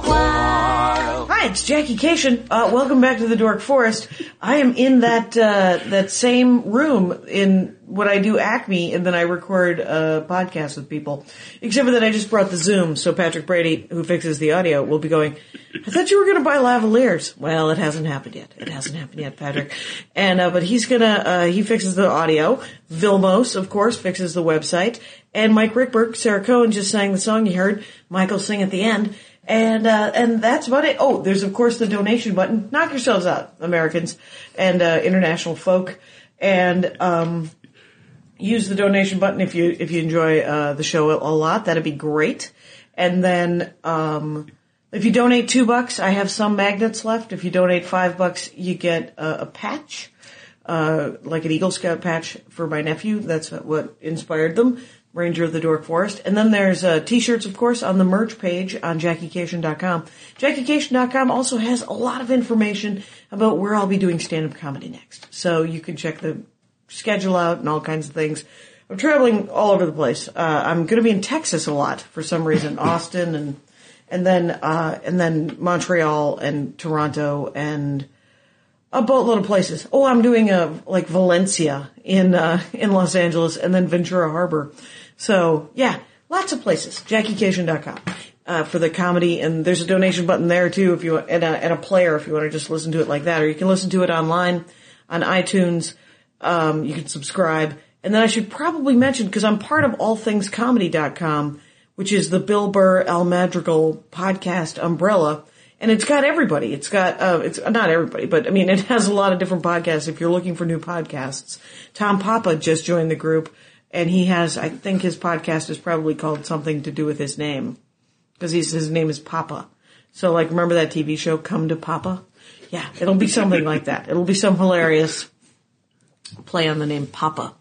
while. Hi, it's Jackie Cation. Uh, welcome back to the Dork Forest. I am in that uh, that same room in what I do Acme, and then I record a podcast with people. Except for that, I just brought the Zoom, so Patrick Brady, who fixes the audio, will be going. I thought you were going to buy lavaliers. Well, it hasn't happened yet. It hasn't happened yet, Patrick. And uh, but he's gonna uh, he fixes the audio. Vilmos, of course, fixes the website, and Mike Rickberg, Sarah Cohen just sang the song you heard Michael sing at the end. And uh, and that's about it. Oh, there's of course the donation button. Knock yourselves out, Americans and uh, international folk. And um, use the donation button if you if you enjoy uh, the show a lot. That'd be great. And then um, if you donate two bucks, I have some magnets left. If you donate five bucks, you get a, a patch, uh, like an Eagle Scout patch for my nephew. That's what inspired them. Ranger of the Dork Forest. And then there's uh, t-shirts, of course, on the merch page on JackieCation.com. JackieCation.com also has a lot of information about where I'll be doing stand-up comedy next. So you can check the schedule out and all kinds of things. I'm traveling all over the place. Uh, I'm going to be in Texas a lot for some reason, Austin and and then uh, and then Montreal and Toronto and a boatload of places. Oh, I'm doing a like Valencia in uh, in Los Angeles and then Ventura Harbor. So yeah, lots of places. JackieCation.com uh, for the comedy and there's a donation button there too if you and a, and a player if you want to just listen to it like that or you can listen to it online on iTunes. Um, you can subscribe. And then I should probably mention, because I'm part of allthingscomedy.com, which is the Bill Burr Al Madrigal podcast umbrella. And it's got everybody. It's got, uh, it's not everybody, but I mean, it has a lot of different podcasts if you're looking for new podcasts. Tom Papa just joined the group and he has, I think his podcast is probably called something to do with his name because he's, his name is Papa. So like, remember that TV show, Come to Papa? Yeah, it'll be something like that. It'll be some hilarious play on the name Papa.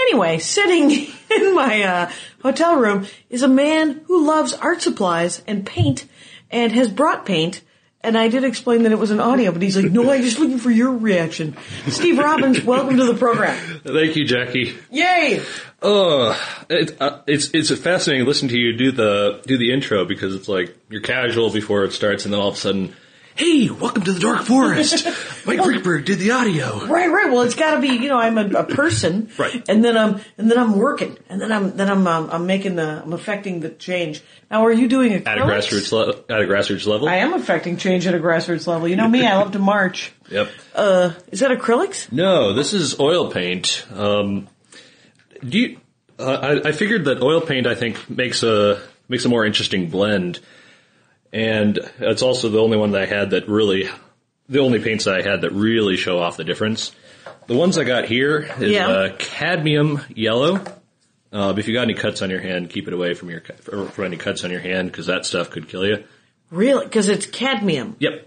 Anyway, sitting in my uh, hotel room is a man who loves art supplies and paint and has brought paint. And I did explain that it was an audio, but he's like, no, I'm just looking for your reaction. Steve Robbins, welcome to the program. Thank you, Jackie. Yay! Ugh, it, uh, it's it's fascinating to listen to you do the do the intro because it's like you're casual before it starts, and then all of a sudden, hey, welcome to the Dark Forest. Mike Rickberg did the audio. Right, right. Well, it's gotta be, you know, I'm a, a person. Right. And then I'm, and then I'm working. And then I'm, then I'm, um, I'm making the, I'm affecting the change. Now are you doing At a grassroots le- at a grassroots level. I am affecting change at a grassroots level. You know me, I love to march. yep. Uh, is that acrylics? No, this is oil paint. Um, do you? Uh, I, I figured that oil paint, I think, makes a makes a more interesting blend, and it's also the only one that I had that really, the only paints that I had that really show off the difference. The ones I got here is Yeah. uh, cadmium yellow. Uh, if you got any cuts on your hand, keep it away from your cut- or from any cuts on your hand because that stuff could kill you. Really? Because it's cadmium. Yep,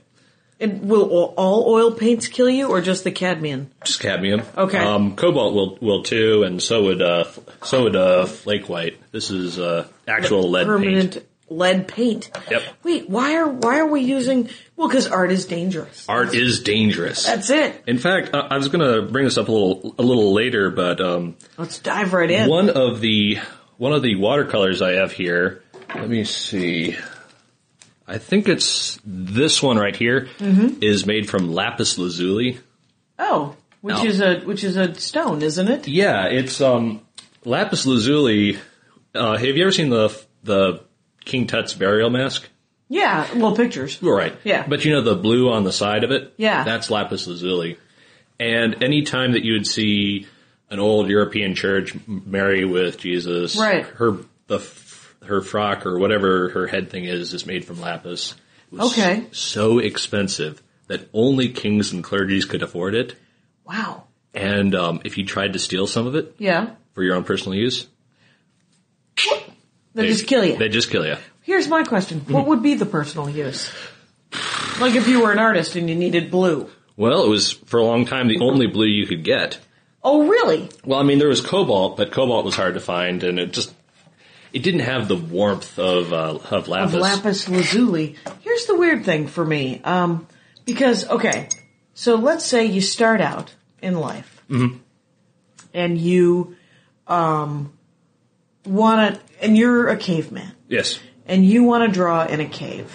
And will all- all oil paints kill you, or just the cadmium? just cadmium. Okay. Um, cobalt will will too, and so would uh, f- so would uh, flake white. This is uh, actual lead Permanent paint. lead paint. Yep. Wait, why are why are we using? Well, because art is dangerous. Art is dangerous. That's it. In fact, I, I was going to bring this up a little a little later, but um, Let's dive right in. one of the one of the watercolors I have here. Let me see. I think it's this one right here is Mm-hmm. made from lapis lazuli. Oh, which No. is a which is a stone, isn't it? Yeah, it's um, lapis lazuli. Uh, have you ever seen the the King Tut's burial mask? Yeah. Well, pictures. All right. Yeah. But you know the blue on the side of it? Yeah. That's lapis lazuli. And any time that you would see an old European church, Mary with Jesus, Right. her the f- her frock or whatever her head thing is is made from lapis. It was Okay. So expensive that only kings and clergies could afford it. Wow. And um, if you tried to steal some of it Yeah. for your own personal use, They just kill you. They just kill you. Here's my question: What would be the personal use? Like if you were an artist and you needed blue. Well, it was for a long time the only blue you could get. Oh, really? Well, I mean, there was cobalt, but cobalt was hard to find, and it just it didn't have the warmth of uh, of lapis. of lapis lazuli. Here's the weird thing for me, um, because okay, so let's say you start out in life, and you um, want to, and you're a caveman, Yes. and you want to draw in a cave.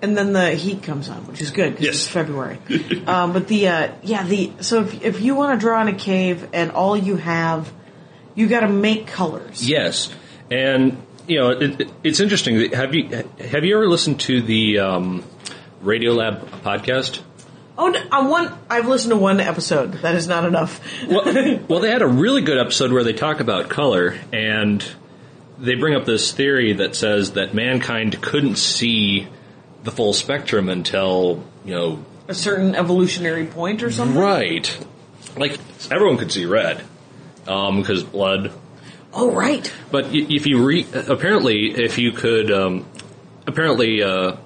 And then the heat comes on, which is good because Yes. it's February. um, but the uh, yeah the so if if you want to draw in a cave and all you have, you got to make colors. Yes, and you know it, it- it's interesting. that- Have you have you ever listened to the um, Radiolab podcast? Oh, no, I one. I've listened to one episode. That is not enough. Well, well, they had a really good episode where they talk about color, and they bring up this theory that says that mankind couldn't see the full spectrum until you know A certain evolutionary point or something. right. Like everyone could see red because blood, Oh, right. But y- if you re- apparently, if you could, um, apparently, uh,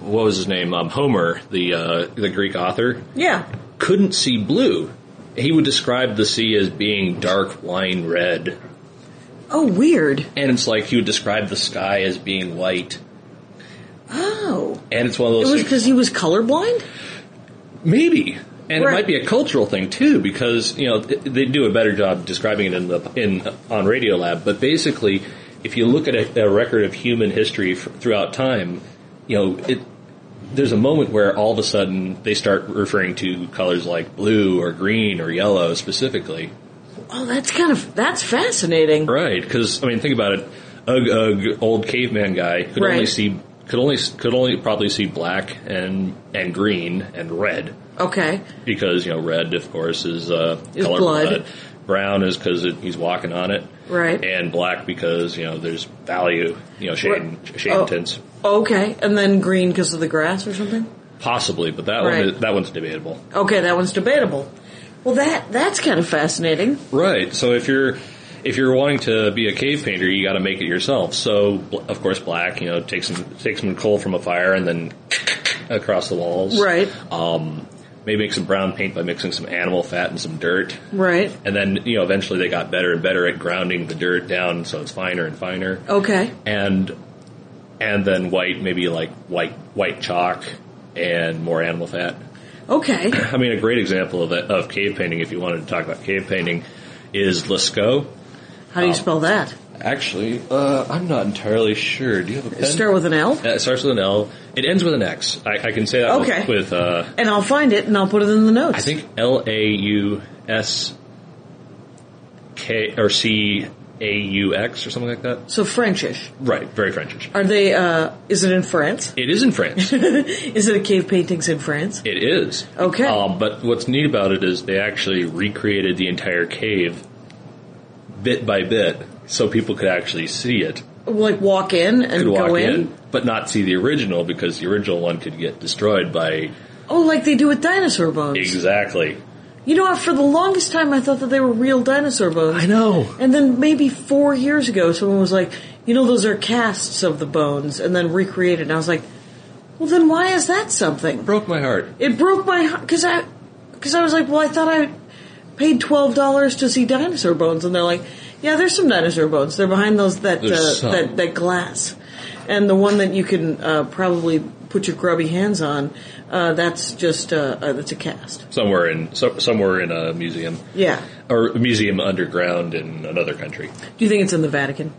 what was his name? Um, Homer, the uh, the Greek author, Yeah. couldn't see blue. He would describe the sea as being dark wine red, Oh, weird. and it's like he would describe the sky as being white. Oh, And it's one it of those was things, because he was colorblind. maybe, and Right. it might be a cultural thing too, because you know th- they do a better job describing it in the in on Radiolab. But basically, if you look at a, a record of human history f- throughout time, you know it. There's a moment where all of a sudden they start referring to colors like blue or green or yellow specifically. Oh, that's kind of that's fascinating. Right, because I mean, think about it. Ugh, ugh, old caveman guy could only Right. see could only could only probably see black and and green and red Okay. because you know red, of course, is uh, Is color blood. blood. Brown is because he's walking on it, Right. And black because you know there's value, you know, shade and, shade and Oh. tints, Okay, and then green because of the grass or something. possibly. But that Right. one is, that one's debatable, Okay, that one's debatable. Well, that that's kind of fascinating. right? So if you're if you're wanting to be a cave painter, you got to make it yourself. So bl- of course, black, you know, take some take some coal from a fire and then across the walls, Right. Um, maybe make some brown paint by mixing some animal fat and some dirt. Right. And then, you know, eventually they got better and better at grounding the dirt down so it's finer and finer. Okay. And and then white, maybe like white white chalk and more animal fat. Okay. I mean, a great example of that, of cave painting, if you wanted to talk about cave painting, is Lascaux. How do Uh, you spell that? Actually, uh, I'm not entirely sure. Do you have a pen? Start with an L, Uh, it starts with an L. It ends with an X. I, I can say that with- Okay. with, uh, and I'll find it and I'll put it in the notes. I think L A U S K or C A U X or something like that. so. Frenchish. Right, very Frenchish. Are they? uh Is it in France? It is in France. it Is it a cave paintings in France? is. Okay. Um, but what's neat about it is they actually recreated the entire cave bit by bit so people could actually see it. Like walk in and Could walk go in? but not see the original because the original one could get destroyed by. Oh, like they do with dinosaur bones. Exactly. You know, what? for the longest time I thought that they were real dinosaur bones. know. And then maybe four years ago, someone was like, "You know, those are casts of the bones," and then recreated. And I was like, "Well, then why is that something?" Broke my heart. It broke my heart because I, because I was like, "Well, I thought I paid twelve dollars to see dinosaur bones," and they're like, "Yeah, there's some dinosaur bones. They're behind those that There's uh, some. that that glass, and the one that you can uh, probably put your grubby hands on. Uh, that's just uh, uh, that's a cast. Somewhere in so, somewhere in a museum. Yeah. or a museum underground in another country. Do you think it's in the Vatican?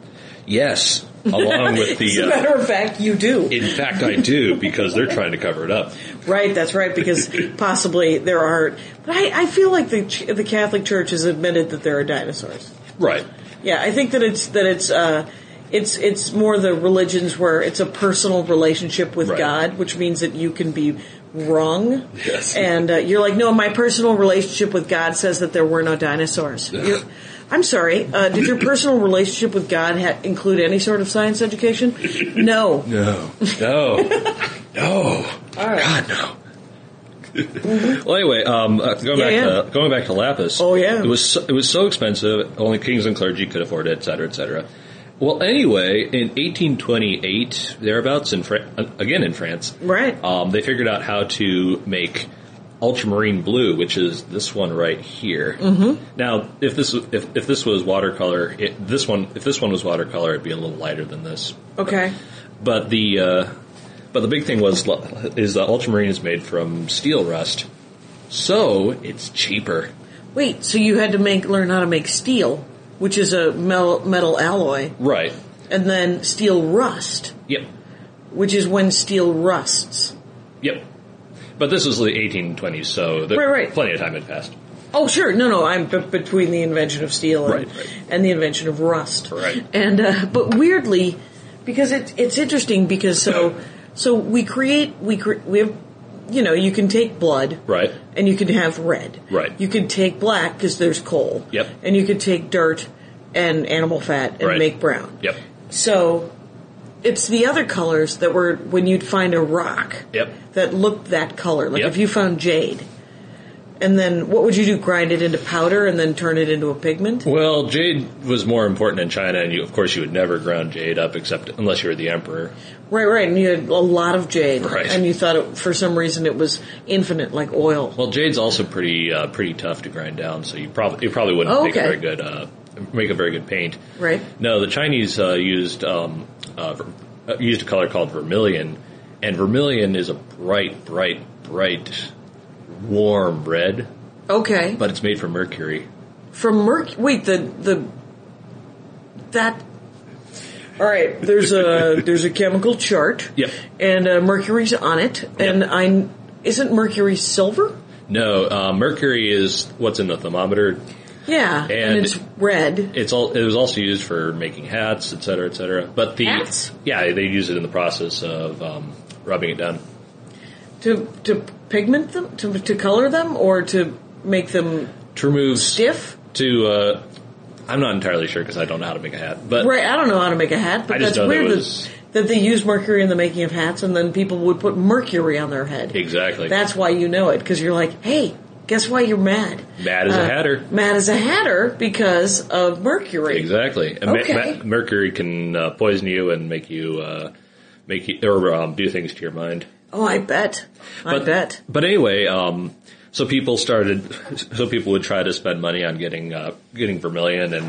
Yes, along with As the. a Uh, matter of fact, you do. in fact, I do because they're trying to cover it up. Right, that's right, because possibly there are. But I, I feel like the ch- the Catholic Church has admitted that there are dinosaurs. Right. Yeah, I think that it's that it's uh, it's it's more the religions where it's a personal relationship with Right. God, which means that you can be wrong. Yes. and uh, you're like, no, my personal relationship with God says that there were no dinosaurs. You're- I'm sorry. Uh, did your personal relationship with God ha- include any sort of science education? No. No. No. no. God no. well, anyway, um, uh, Mm-hmm. going Yeah, back yeah. to going back to Lapis. Oh, yeah. it was so, it was so expensive. Only kings and clergy could afford it, et cetera, et cetera. Well, anyway, in 1828 thereabouts, in Fran- again in France, Right. Um, they figured out how to make ultramarine blue, which is this one right here. Mm-hmm. Now, if this if if this was watercolor, it, this one if this one was watercolor, it'd be a little lighter than this. Okay. But the uh, but the big thing was uh, is the ultramarine is made from steel rust, so it's cheaper. Wait, so you had to make learn how to make steel, which is a metal, metal alloy, Right. and then steel rust, Yep. which is when steel rusts. Yep. But this was the 1820s, so there, Right, right. plenty of time had passed. Oh, sure. No, no. I'm b- between the invention of steel and, Right, right. and the invention of rust. Right. And uh, but weirdly, because it's it's interesting because so so we create we cre- we have you know you can take blood Right. and you can have red Right. you can take black because there's coal Yep. and you can take dirt and animal fat and Right. make brown Yep. so it's the other colors that were when you'd find a rock Yep. that looked that color. Like Yep. if you found jade, and then what would you do? Grind it into powder and then turn it into a pigment? Well, jade was more important in China, and you, of course, you would never ground jade up except unless you were the emperor. Right, right. And you had a lot of jade, Right. and you thought it, for some reason it was infinite, like oil. Well, jade's also pretty uh, pretty tough to grind down, so you probably you probably wouldn't Oh, make a okay. very good uh, make a very good paint. Right. No, the Chinese uh, used um, uh, ver- uh, used a color called vermilion, and vermilion is a bright, bright, bright, warm red, Okay, but it's made from mercury. from merc. Wait, the the that. All right, there's a there's a chemical chart. Yep. And uh, mercury's on it, and I isn't mercury silver? No, uh, mercury is what's in the thermometer. Yeah, And- it's red. It's all. It was also used for making hats, et cetera, et cetera. But the Hats? yeah, they use it in the process of um, rubbing it down. to to pigment them to to color them or to make them To remove stiff to uh, I'm not entirely sure because I don't know how to make a hat, but right i don't know how to make a hat but I just that's know that weird it that, was- that they use mercury in the making of hats and then people would put mercury on their head exactly that's why you know it because you're like hey guess why you're mad Uh, Mad as a hatter. mad as a hatter because of mercury exactly. And ma- Okay. ma- mercury can uh, poison you and make you uh, make you or um, do things to your mind. oh i bet i But- bet But anyway, um, so people started. So people would try to spend money on getting uh, getting vermilion and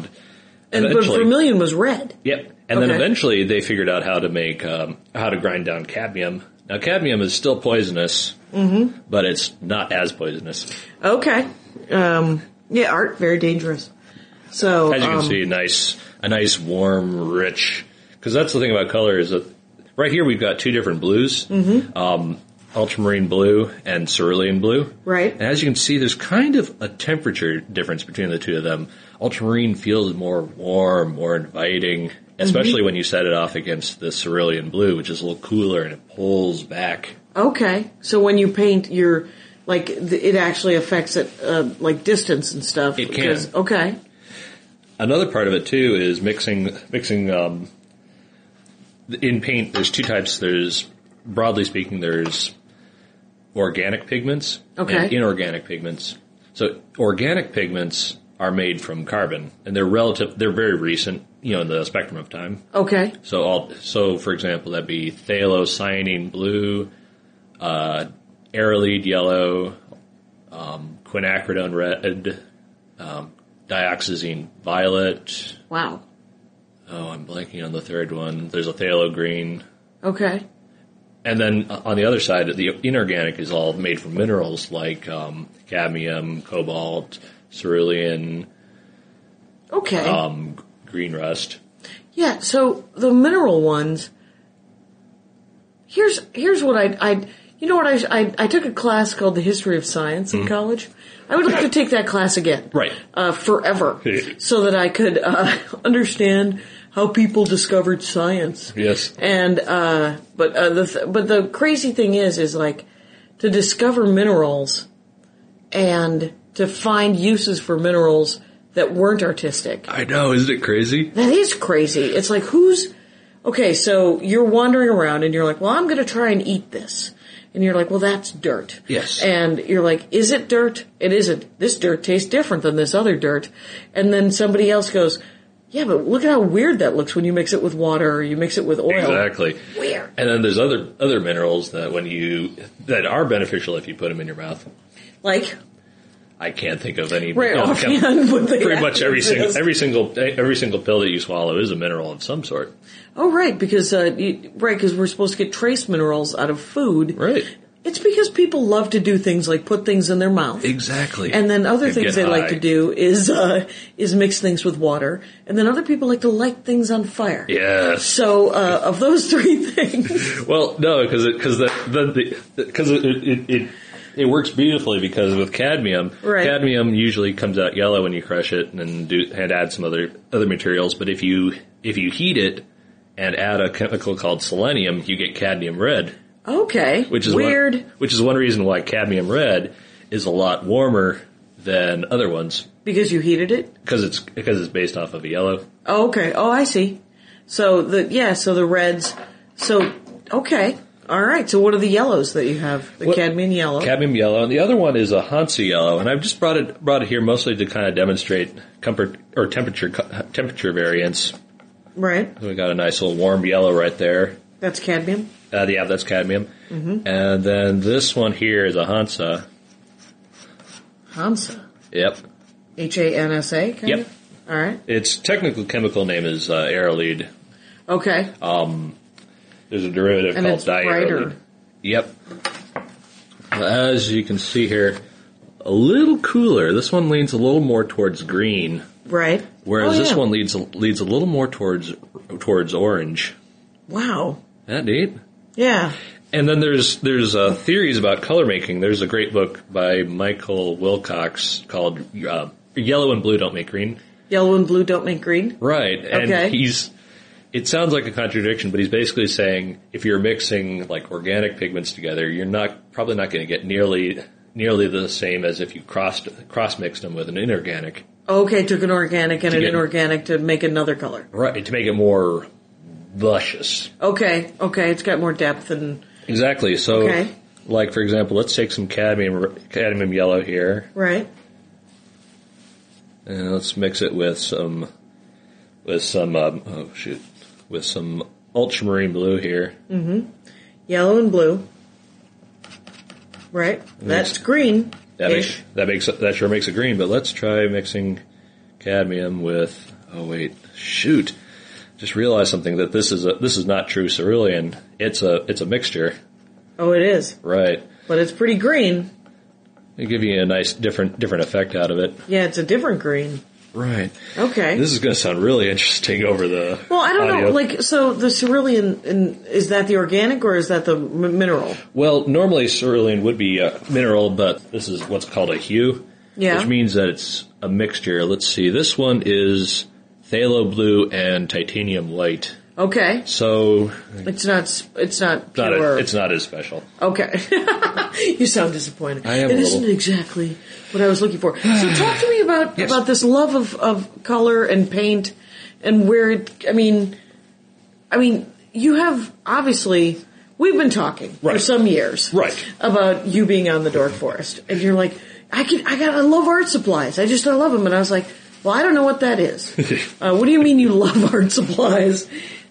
and but eventually- vermilion was red Yep. And then Okay. eventually they figured out how to make um, how to grind down cadmium. Now cadmium is still poisonous, Mm-hmm. but it's not as poisonous. okay um yeah art very dangerous so As you can um, see, nice a nice warm, rich. Because that's the thing about color is that right here we've got two different blues, Mm-hmm. um, ultramarine blue and cerulean blue. Right. And as you can see, there's kind of a temperature difference between the two of them. Ultramarine feels more warm, more inviting, Mm-hmm. especially when you set it off against the cerulean blue, which is a little cooler and it pulls back. Okay, so when you paint, you're like th- it actually affects it, uh, like distance and stuff. It can. because- Okay, Another part of it too is mixing mixing um, in paint. There's two types. There's broadly speaking, there's organic pigments Okay. and inorganic pigments. So organic pigments are made from carbon, and they're relative. They're very recent, you know, in the spectrum of time. okay, So all so for example, that'd be thalocyanine blue, uh, arylide yellow, um, quinacridone red, um, dioxazine violet. wow, Oh, I'm blanking on the third one. There's a phthalo green. okay, And then uh, on the other side, the inorganic is all made from minerals like um, cadmium, cobalt, cerulean, okay. um, g- green rust. yeah. So the mineral ones. Here's here's what I I you know what I, I I took a class called the history of science in college. I would like to take that class again, Mm-hmm. Right. Uh, forever, so that I could uh, understand how people discovered science. Yes. And uh, but uh, the th- but the crazy thing is, is like to discover minerals and to find uses for minerals that weren't artistic. I know, isn't it crazy? That is crazy. It's like who's okay. So you're wandering around and you're like, well, I'm going to try and eat this. And you're like, well, that's dirt. Yes. And you're like, is it dirt? It isn't. This dirt tastes different than this other dirt. And then somebody else goes, yeah, but look at how weird that looks when you mix it with water or you mix it with oil. Exactly. Weird. And then there's other other minerals that when you that are beneficial if you put them in your mouth. Like I can't think of any. Right yeah, offhand, count- what they Oh, pretty much actually every single exist. every single every single pill that you swallow is a mineral of some sort. oh right, because uh, you, right because we're supposed to get trace minerals out of food. Right. It's because people love to do things like put things in their mouth. Exactly. And then other And things get they like high. to do is uh, is mix things with water, and then other people like to light things on fire. Yes. So uh, of those three things, Well, no, because because the the because it, it it it works beautifully because with cadmium, Right. cadmium usually comes out yellow when you crush it and then do and add some other other materials. But if you if you heat it and add a chemical called selenium, you get cadmium red, okay, which is one- weird. which is one reason why cadmium red is a lot warmer than other ones Because you heated it. because it's because it's based off of a yellow. Oh, okay. Oh, I see. So the yeah, so the reds. So okay, all right. So what are the yellows that you have? The What- cadmium yellow. cadmium yellow, and the other one is a Hansa yellow. And I've just brought it brought it here mostly to kind of demonstrate comfort or temperature temperature variance. right. We got a nice little warm yellow right there. That's cadmium. Uh, yeah, that's cadmium. And then this one here is a Hansa. Hansa. Yep, H a n s a. kind Yep. of? All right. its technical chemical name is uh, aerolide. Okay. Uh, There's a derivative And called it's diaerolide. brighter. Yep. As you can see here, a little cooler. This one leans a little more towards green. right. Whereas Oh, this yeah. one leads leads a little more towards towards orange. Wow. Isn't that neat. Yeah. And then there's there's uh, theories about color making. There's a great book by Michael Wilcox called uh, "Yellow and Blue Don't Make Green." Yellow and blue don't make green. Right, and Okay. he's it sounds like a contradiction, but he's basically saying if you're mixing like organic pigments together, you're not probably not going to get nearly nearly the same as if you crossed cross mixed them with an inorganic. Okay, took an organic and an get- inorganic to make another color. Right, to make it more luscious. Okay, okay, it's got more depth and Exactly. So, Okay. like for example, let's take some cadmium cadmium yellow here, right. and let's mix it with some with some um, oh shoot with some ultramarine blue here. Yellow and blue. Right. That's green. That makes that makes that sure makes it green. But let's try mixing cadmium with oh wait shoot. Just realized something that this is a this is not true cerulean. It's a it's a mixture, Oh it is. right? But it's pretty green. It give you a nice different different effect out of it, Yeah, it's a different green. right? Okay. This is going to sound really interesting over the well, I don't know. audio. Like, so the cerulean, in, is that the organic or is that the m- mineral? Well, normally cerulean would be a mineral, but this is what's called a hue. Yeah. Which means that it's a mixture. Let's see. This one is phthalo blue and titanium white. Okay, So it's not. s- It's not it's not, pure. a, it's not as special. Okay. you sound disappointed. I am It a isn't little. exactly what I was looking for. So talk to me about Yes. about this love of, of color and paint and where it I mean I mean you have obviously we've been talking for Right. some years Right. Mm-hmm. about you being on the Dork Forest and you're like I can I got I love art supplies. I just I love them and I was like, "Well, I don't know what that is." uh, what do you mean you love art supplies?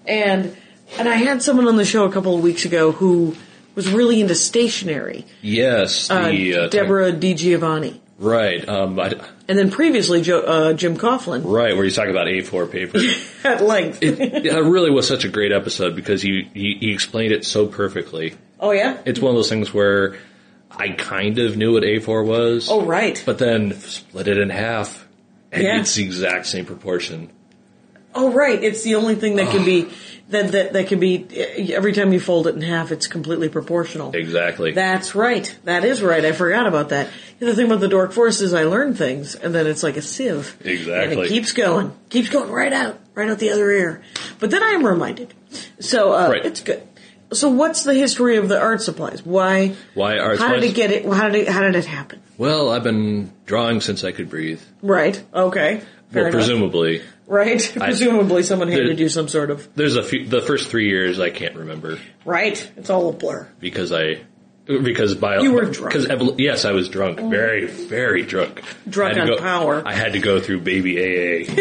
And and I had someone on the show a couple of weeks ago who was really into stationery. Yes. Uh, the, uh, Deborah Di Giovanni, Right. Um, I, and then previously jo- uh, Jim Coughlin right. Where you talk about A4 paper. at length. it, it really was such a great episode because you, you, you explained it so perfectly. oh yeah. It's one of those things where I kind of knew what A4 was. oh right. but then split it in half, and Yeah. it's the exact same proportion. oh right. It's the only thing that can be that that that can be. Every time you fold it in half, it's completely proportional. Exactly. That's right. That is right. I forgot about that. The thing about the Dork Forest is I learn things, and then it's like a sieve. And Exactly. it keeps going, keeps going right out, right out the other ear. But then I am reminded. So uh, Right. it's good. So what's the history of the art supplies? Why? Why art How did supplies? it get it? How did it? How did it happen? well, I've been drawing since I could breathe. Right. Okay. Fair well, enough. presumably, Right. Presumably, someone handed There- you some sort of. there's a few. The first three years I can't remember Right. It's all a blur. because I. Because by You were drunk. Oh. Because evol- yes, I was drunk, very, very drunk. Drunk I had to on go- power. I had to go through baby AA.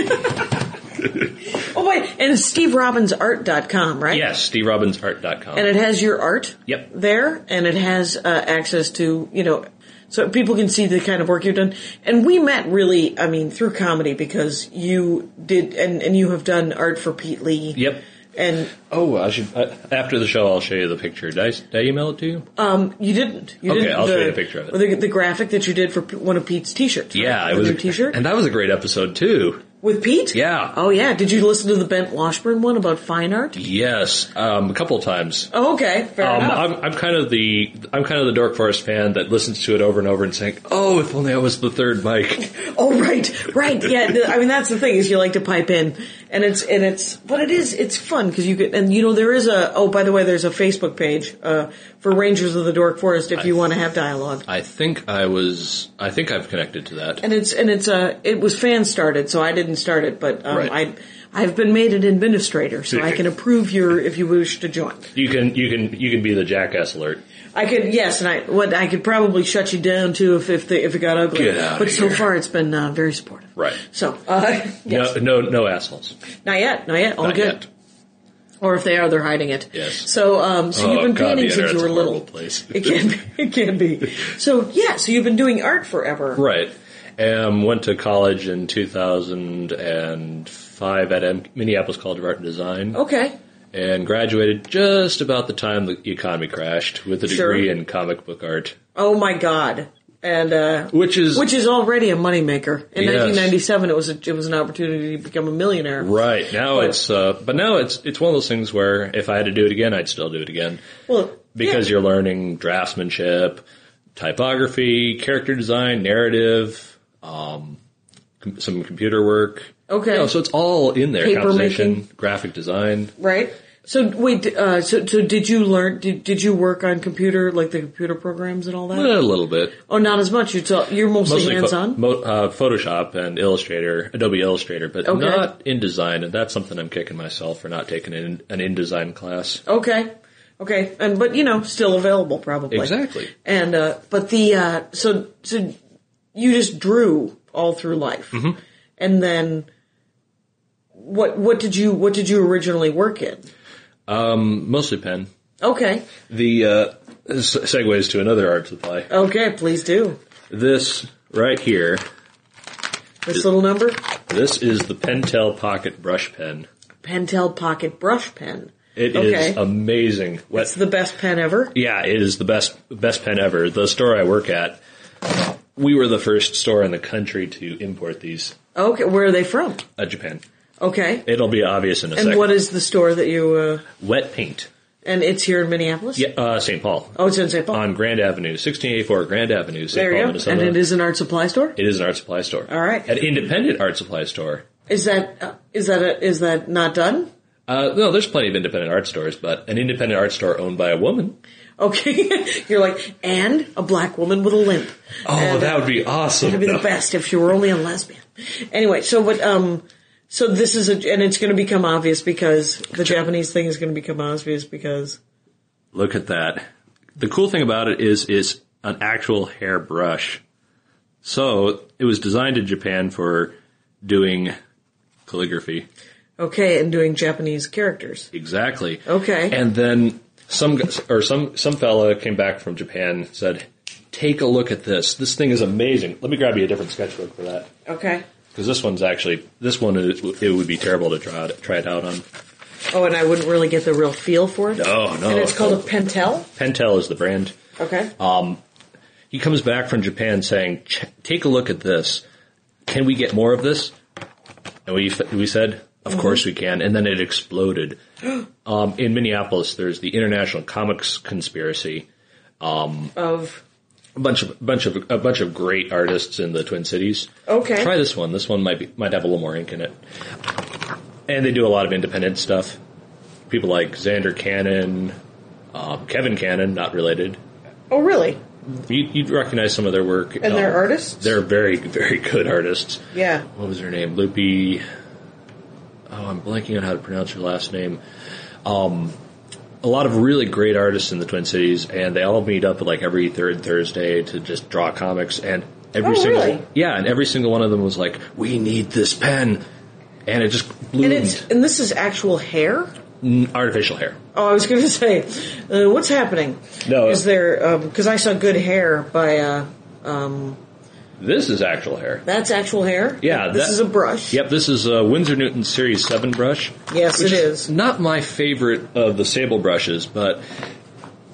Oh wait, and it's SteveRobbinsArt.com, right? yes, SteveRobbinsArt.com. and it has your art Yep. there and it has uh, access to you know so people can see the kind of work you've done. And we met really, I mean, through comedy because you did, and, and you have done art for Pete Lee. Yep. And Oh, I should. Uh, after the show, I'll show you the picture. Did I, did I email it to you? Uh-huh. um, you didn't. You Okay, didn't, I'll show you the picture of it. The, the graphic that you did for P- one of Pete's t-shirts. right? yeah, it The was new t-shirt and that was a great episode too. with Pete. Yeah. Oh yeah. Did you listen to the Bent Washburn one about fine art? Yes, um, a couple times. Oh, okay. Fair Um, enough. I'm, I'm kind of the I'm kind of the Dark Forest fan that listens to it over and over and saying, "Oh, if only I was the third mic." Oh right, right, yeah. th- I mean, that's the thing is you like to pipe in, and it's and it's, but it is it's fun because you could and you know there is a oh by the way there's a Facebook page uh, for Rangers of the Dork Forest if you want to have dialogue, I think I was. I think I've connected to that. and it's and it's uh, it was fan started so I didn't start it but um, Right. I I've been made an administrator so I can approve your if you wish to join. You can you can you can be the jackass alert. I could yes, and I what I could probably shut you down too if if, the, if it got ugly. Get outta but so here. far it's been uh, very supportive. Right. So uh, yes. No no no assholes. not yet, not yet, all Not good. yet. or if they are, they're hiding it. Yes. So, um, so Oh, you've been God, painting the since you internet's were a little. horrible place. It can be. It can be. So yeah. So you've been doing art forever. Right. Um, went to college in 2005 at M- Minneapolis College of Art and Design, Okay. and graduated just about the time the economy crashed with a Sure. degree in comic book art, Oh my God. And uh, which is which is already a moneymaker. In Yes. 1997, it was a, it was an opportunity to become a millionaire. right now Oh. it's uh, but now it's it's one of those things where if I had to do it again, I'd still do it again Well, because you're learning draftsmanship, typography, character design, narrative, um, com- some computer work. Okay. You know, so it's all in there. Paper Composition, making. graphic design. right. So wait. Uh, so so did you learn? Did did you work on computer like the computer programs and all that? A little bit. Oh, not as much. It's all, you're mostly, Mostly hands pho- on. mo- uh, Photoshop and Illustrator, Adobe Illustrator, but Okay. not InDesign, and that's something I'm kicking myself for not taking an, an InDesign class. Okay. Okay. And but you know, still available probably. Exactly. And uh but the uh so so you just drew all through life. Mm-hmm. And then what what did you what did you originally work in? Um, Mostly pen. Okay. The uh, s- segues to another art supply. Okay, please do. This right here, This little number? this is the Pentel Pocket Brush Pen. Pentel pocket brush pen. It is Okay. amazing. What- It's the best pen ever. yeah, it is the best best pen ever. The store I work at, we were the first store in the country to import these. Okay, where are they from? Uh, Japan. Okay. It'll be obvious in a And second. what is the store that you uh Wet paint. and it's here in Minneapolis? Yeah, uh, St. Paul. Oh, it's in St. Paul. On Grand Avenue, 1684 Grand Avenue, St. there Paul, you go. Minnesota. And it is an art supply store? It is an art supply store. All right. An independent art supply store. Is that uh, is that a, is that not done? Uh, no, there's plenty of independent art stores, but an independent art store owned by a woman. Okay, you're like, and a black woman with a limp. Oh, And, that uh, would be awesome. that'd be No. the best if she were only a lesbian. Anyway, so but um, so this is a and it's going to become obvious because the Japanese thing is going to become obvious because Look at that. The cool thing about it is it's an actual hairbrush. So it was designed in Japan for doing calligraphy. okay, and doing Japanese characters. Exactly. Okay. And then some gu- or some some fella came back from Japan said, "Take a look at this. This thing is amazing. Let me grab you a different sketchbook for that Okay. because this one's actually this one is, it would be terrible to try it, try it out on. Oh, and I wouldn't really get the real feel for it. No, no. And it's called a pentel. Pentel is the brand. Okay. He comes back from Japan saying, "Ch- "Take a look at this. Can we get more of this?" And we f- we said, "Of course we can." And then it exploded. um, in Minneapolis, there's the International Comics Conspiracy. of a bunch of bunch of a bunch of great artists in the Twin Cities. Okay. Try this one. This one might be might have a little more ink in it. And they do a lot of independent stuff. People like Xander Cannon, um, Kevin Cannon, not related. oh really? You, you'd recognize some of their work. Oh, And they're artists? They're very very good artists. Yeah. What was her name? Loopy. Oh, I'm blanking on how to pronounce her last name. Um, a lot of really great artists in the Twin Cities, and they all meet up like every third Thursday to just draw comics. And every Oh, single really? yeah, and every single one of them was like, "We need this pen," and it just And bloomed. it's and this is actual hair. Mm, artificial hair. Oh, I was going to say, uh, what's happening? No. is there because I saw Good Hair by uh, um, This is actual hair. that's actual hair. Yeah, this that- is a brush. Yep, this is uh, Windsor Newton Series 7 brush. Yes, which it is. Not my favorite of the sable brushes, but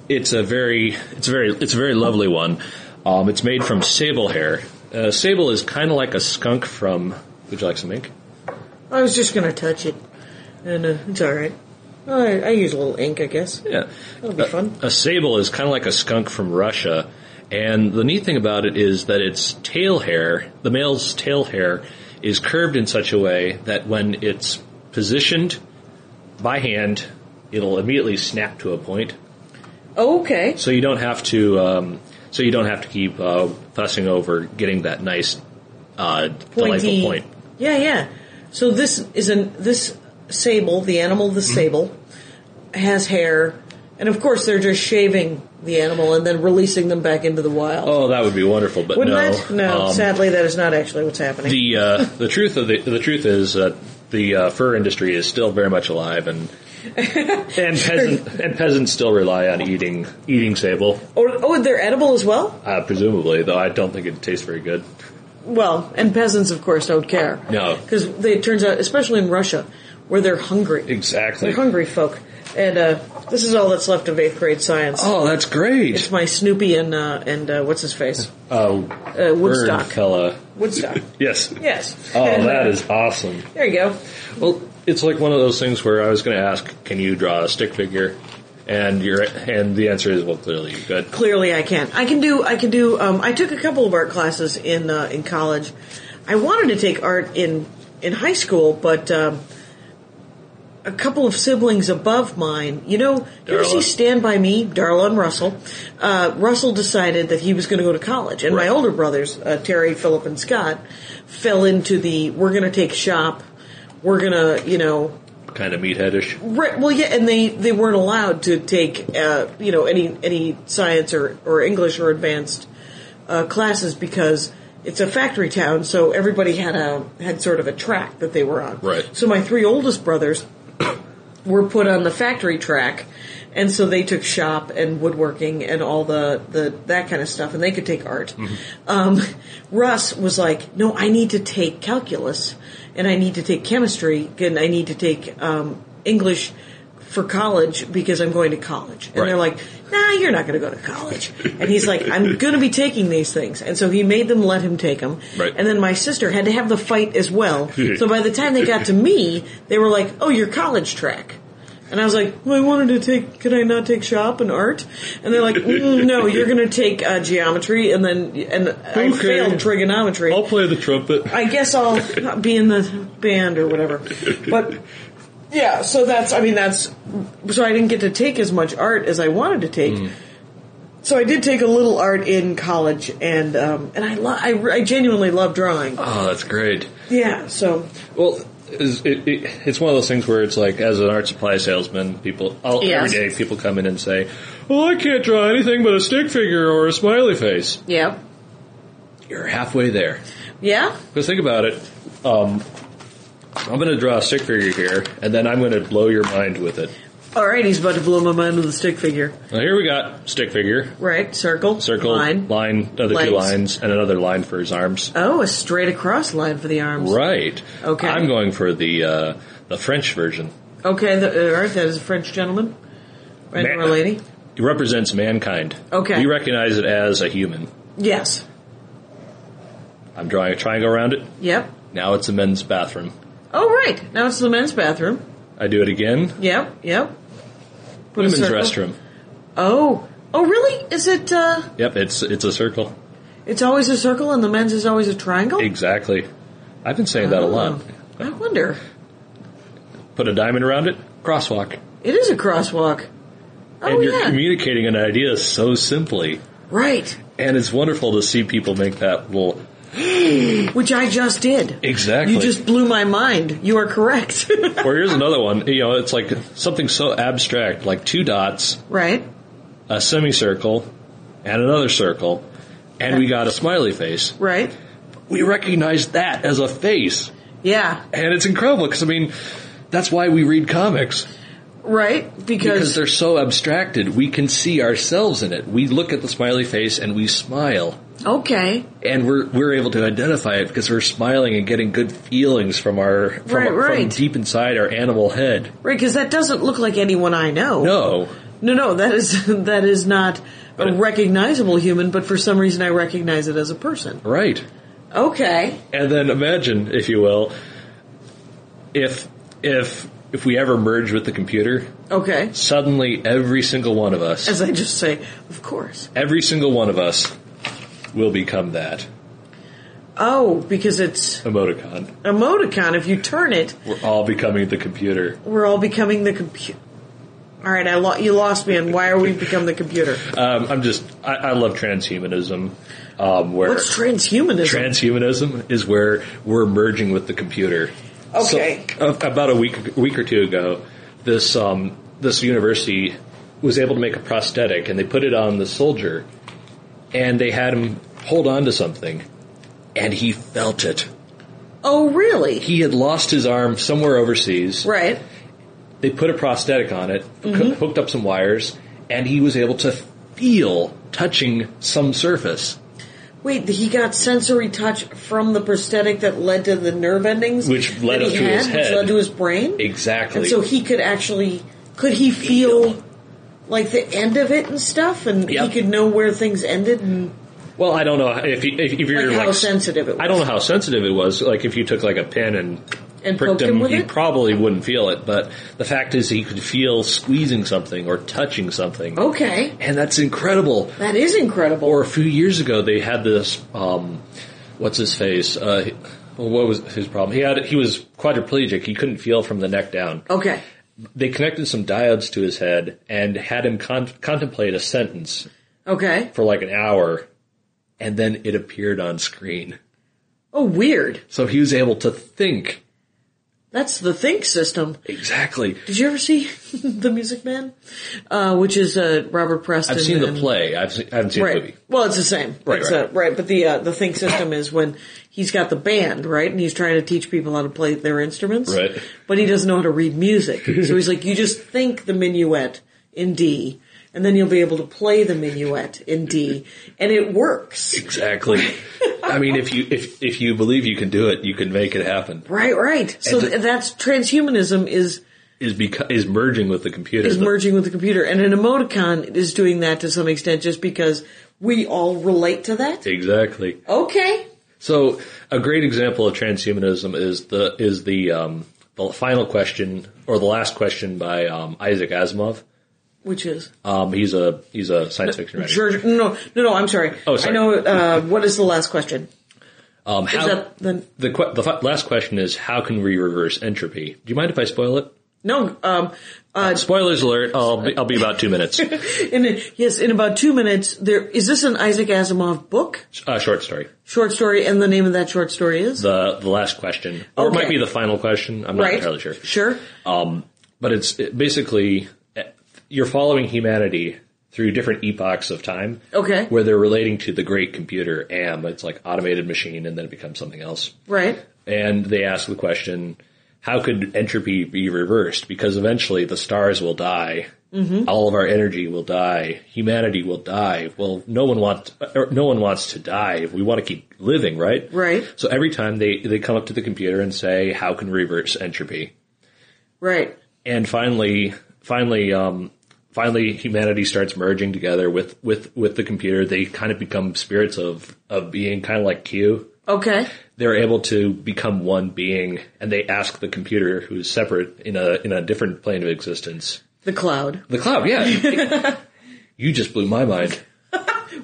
it's a very it's a very it's a very lovely one. Um, it's made from sable hair. Uh, sable is kind of like a skunk from Would you like some ink? I was just gonna touch it, and uh, it's all right. I, I use a little ink, I guess. Yeah. That'll be a, fun. A sable is kind of like a skunk from Russia, and the neat thing about it is that its tail hair, the male's tail hair, is curved in such a way that when it's positioned by hand, it'll immediately snap to a point. Okay. So you don't have to. Um, so you don't have to keep uh, fussing over getting that nice, uh, delightful Pointy. point. Yeah, yeah. So this is an this sable, the animal, the Mm-hmm. sable, has hair, and of course they're just shaving the animal and then releasing them back into the wild. Oh, that would be wonderful, but Wouldn't no, that? No, um, sadly, that is not actually what's happening. the uh, the truth of the the truth is that the uh, fur industry is still very much alive and and peasant, and peasants still rely on eating eating sable Or, oh, they're edible as well? uh, presumably though I don't think it tastes very good. Well, and peasants, of course, don't care. No. Because it turns out, especially in Russia, where they're hungry. Exactly. They're hungry folk. And uh, this is all that's left of eighth grade science. Oh, that's great. It's my Snoopy and, uh, and uh, what's his face? Oh, Uh, Woodstock. fella. Woodstock. Yes. Yes. uh, Oh, that is awesome. There you go. Well, it's like one of those things where I was going to ask, can you draw a stick figure? And your and the answer is well, clearly you could. Clearly, I can. I can do. I can do. Um, I took a couple of art classes in uh, in college. I wanted to take art in in high school, but um, a couple of siblings above mine. You know, you ever Darla. see Stand by Me, Darla and Russell? Uh, Russell decided that he was going to go to college, and Right. my older brothers, uh, Terry, Philip, and Scott, fell into the we're going to take shop. We're gonna, you know, Kind of meatheadish. Right. Well, yeah, and they they weren't allowed to take uh, you know any any science or or English or advanced uh, classes because it's a factory town, so everybody had a had sort of a track that they were on. Right. So my three oldest brothers were put on the factory track, and so they took shop and woodworking and all the, the that kind of stuff, and they could take art. Mm-hmm. Um, Russ was like, "No, I need to take calculus, and I need to take chemistry, and I need to take um, English." For college because I'm going to college, and Right. they're like, "Nah, you're not going to go to college." And he's like, "I'm going to be taking these things," and so he made them let him take them. Right. And then my sister had to have the fight as well. so by the time they got to me, they were like, "Oh, you're college track." And I was like, well, I wanted to take, could I not take shop and art? And they're like, mm, no, you're going to take uh, geometry and then, and I Okay. Oh. failed trigonometry. I'll play the trumpet. I guess I'll not be in the band or whatever. But yeah, so that's I mean that's so I didn't get to take as much art as I wanted to take. So I did take a little art in college, and um, and I, lo- I I genuinely love drawing. Oh, that's great. Yeah, so Well, is- it, it, it's one of those things where it's like, as an art supply salesman, people all, Yes. every day people come in and say, "Well, I can't draw anything but a stick figure or a smiley face." yeah, You're halfway there. yeah, Because think about it, um, I'm going to draw a stick figure here, and then I'm going to blow your mind with it. All right, he's about to blow my mind with a stick figure. Now here we got stick figure, Right, circle, circle, line. line, another Lines. two lines, and another line for his arms. Oh, a straight across line for the arms. Right. Okay. I'm going for the uh, the French version. Okay, the, uh, all right, that is a French gentleman, right, Man- or lady? It represents mankind. Okay. We recognize it as a human. Yes. I'm drawing a triangle around it. Yep. Now it's a men's bathroom. Oh, right. Now it's the men's bathroom. I do it again. Yep, yep. Put a Women's circle. restroom. Oh, oh, really? Is it? uh Yep, it's it's a circle. It's always a circle, and the men's is always a triangle. Exactly. I've been saying that a lot. Oh, I wonder. Put a diamond around it. Crosswalk. It is a crosswalk. Oh and you're yeah, communicating an idea so simply. right. And it's wonderful to see people make that little Which I just did. Exactly. You just blew my mind. You are correct. or here's another one. You know, it's like something so abstract, like two dots, right. a semicircle, and another circle, and we got a smiley face. Right. We recognize that as a face. Yeah. And it's incredible because I mean, that's why we read comics. right? because Because, they're so abstracted. We can see ourselves in it. We look at the smiley face and we smile. okay, and we're we're able to identify it because we're smiling and getting good feelings from our from, Right, from right. deep inside our animal head. right? Because that doesn't look like anyone I know. No, no, no, that is that is not But a it- recognizable human. But for some reason, I recognize it as a person. right. Okay, And then imagine, if you will, if if if we ever merge with the computer, okay. suddenly every single one of us, As I just say, of course. every single one of us, will become that Oh, because it's emoticon. emoticon. If you turn it, We're all becoming the computer. we're all becoming the computer. All right, I lo- you lost me. And why are we become the computer? Um, I'm just I, I love transhumanism. Um, where What's transhumanism? transhumanism is where we're merging with the computer. Okay. So, a- about a week week or two ago, this um, this university was able to make a prosthetic, and they put it on the soldier, and they had him hold on to something, and he felt it. oh, really? He had lost his arm somewhere overseas. right. They put a prosthetic on it, hoo- Mm-hmm. hooked up some wires, and he was able to feel touching some surface. Wait, he got sensory touch from the prosthetic that led to the nerve endings, Which led that up he to his had, head. which led to his brain. Exactly. And so he could actually, could he feel, Feel. like the end of it and stuff, and Yep. he could know where things ended and Well, I don't know if you, if, if you're like, like, how sensitive it was. I don't know how sensitive it was. Like if you took like a pin and, And pricked poked him with he it? probably wouldn't feel it. But the fact is, he could feel squeezing something or touching something, Oh. Okay, and that's incredible. that is incredible. Or a few years ago, they had this. Um, what's his face? Uh, well, what was his problem? He had he was quadriplegic. He couldn't feel from the neck down. okay, They connected some diodes to his head and had him con- contemplate a sentence okay. for like an hour, and then it appeared on screen. Oh, weird. So he was able to think. That's the think system. Exactly. Did you ever see The Music Man? Uh, which is uh, Robert Preston. I've seen the and- play. I've seen, I haven't seen Right. the movie. Well, it's the same. Right, It's, right. uh, right. But the uh, the think system is when he's got the band, right, and he's trying to teach people how to play their instruments, Right. But he doesn't know how to read music, so he's like, "You just think the minuet in D, and then you'll be able to play the minuet in D, and it works." Exactly. I mean, if you if if you believe you can do it, you can make it happen. Right, right. So the- th- that's transhumanism is Is because is merging with the computer. is merging with the computer, and an emoticon is doing that to some extent, just because we all relate to that. Exactly. Okay. So a great example of transhumanism is the is the um, the final question or the last question by um, Isaac Asimov. Which is Um, he's a he's a science fiction writer. George, no, no, no. I'm sorry. Oh, sorry. I know. Uh, what is the last question? Um, how, that the- the que- the fi- last question is how can we reverse entropy? Do you mind if I spoil it? No. Um. Uh. Spoilers alert! I'll be, I'll be about two minutes. In yes, in about two minutes. There is this an Isaac Asimov book, uh, short story. short story, and the name of that short story is The the last question, or it Okay. might be the final question. I'm not right. entirely sure. Sure. Um, but it's it basically eh, you're following humanity through different epochs of time. Okay. Where they're relating to the great computer AM. It's like automated machine, and then it becomes something else. Right. And they ask the question. How could entropy be reversed? Because eventually the stars will die. All of our energy will die. Humanity will die. Well, no one wants, or no one wants to die. We want to keep living, right? Right. So every time they, they come up to the computer and say, how can we reverse entropy? Right. and finally, finally, um, finally, humanity starts merging together with with with the computer. They kind of become spirits of of being, kind of like Q. Okay. They're able to become one being, and they ask the computer, who's separate in a in a different plane of existence, The cloud. the cloud. Yeah, you just blew my mind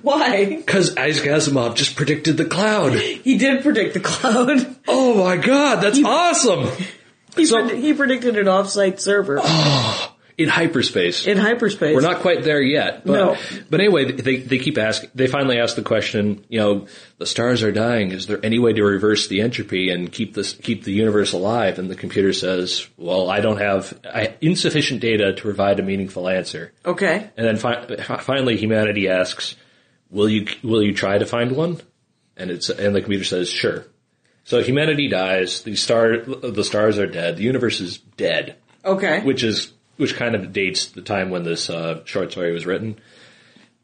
Why? because Isaac Asimov just predicted the cloud. He did predict the cloud. Oh my god, that's awesome! He, So- pred- he predicted an offsite server In hyperspace. in hyperspace. Oh, We're not quite there yet. But, No. But anyway, they, they keep asking, they finally ask the question, you know, the stars are dying. Is there any way to reverse the entropy and keep this, keep the universe alive? And the computer says, well, I don't have I, insufficient data to provide a meaningful answer. Okay. And then fi- finally humanity asks, will you, will you try to find one? And it's, and the computer says, sure. So humanity dies, the star, the stars are dead, the universe is dead Okay. which is which kind of dates the time when this uh, short story was written,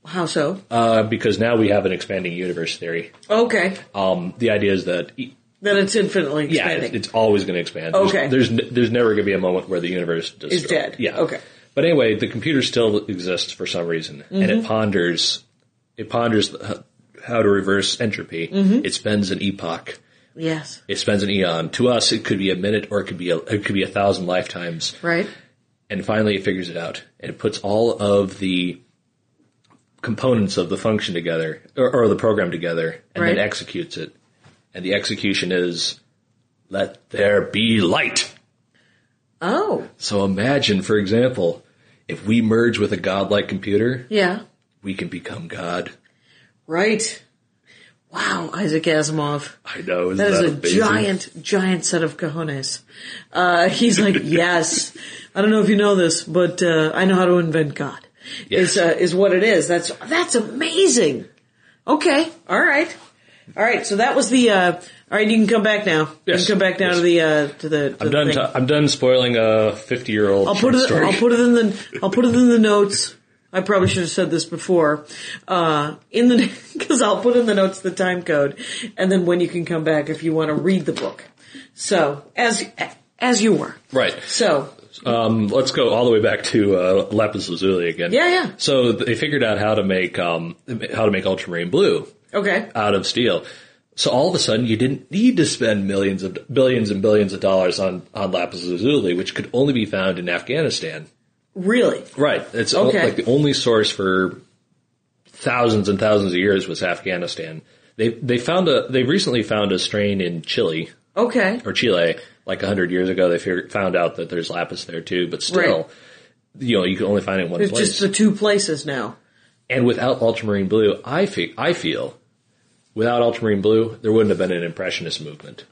How so? uh, because now we have an expanding universe theory. okay. Um, the idea is that e- Then it's infinitely yeah, expanding. it's, it's always going to expand. There's- Okay. there's n- there's never going to be a moment where the universe destroy- Is dead. Yeah, Okay. But anyway, the computer still exists for some reason, and Mm-hmm. it ponders it ponders h- how to reverse entropy. Mm-hmm. It spends an epoch. yes. It spends an eon. To us, it could be a minute, or it could be a, it could be a thousand lifetimes. Right. and finally it figures it out and it puts all of the components of the function together or, or the program together and Right. then executes it and the execution is let there be light Oh. so imagine for example if we merge with a godlike computer Yeah. we can become god Right. Wow, Isaac Asimov. i know isn't That that, is a amazing? giant, giant set of cojones. Uh, he's like, yes. I don't know if you know this, but uh, I know how to invent God. Yes. Is uh, is what it is. That's that's amazing. Okay, all right, all right. So that was the. Uh, all right, you can come back now. You Yes. can come back now to the uh, to the. To i'm the done thing. ta- i'm done spoiling a 50 year old I'll put it. story. I'll put it in the. I'll put it in the notes. I probably should have said this before. Uh, in the because I'll put in the notes the time code, and then when you can come back if you want to read the book. So as as you were right So Um, let's go all the way back to uh, lapis lazuli again. Yeah, yeah. So they figured out how to make um, how to make ultramarine blue okay, out of steel. So all of a sudden, you didn't need to spend millions of billions and billions of dollars on on lapis lazuli, which could only be found in Afghanistan. really Right. It's Okay. like the only source for thousands and thousands of years was Afghanistan. They they found a they recently found a strain in Chile okay, or Chile like a hundred years ago. They figured, found out that there's lapis there too, but still, Right. you know, you can only find it in one it's place. just the two places now. and without ultramarine blue, I feel, I feel, without ultramarine blue, there wouldn't have been an impressionist movement,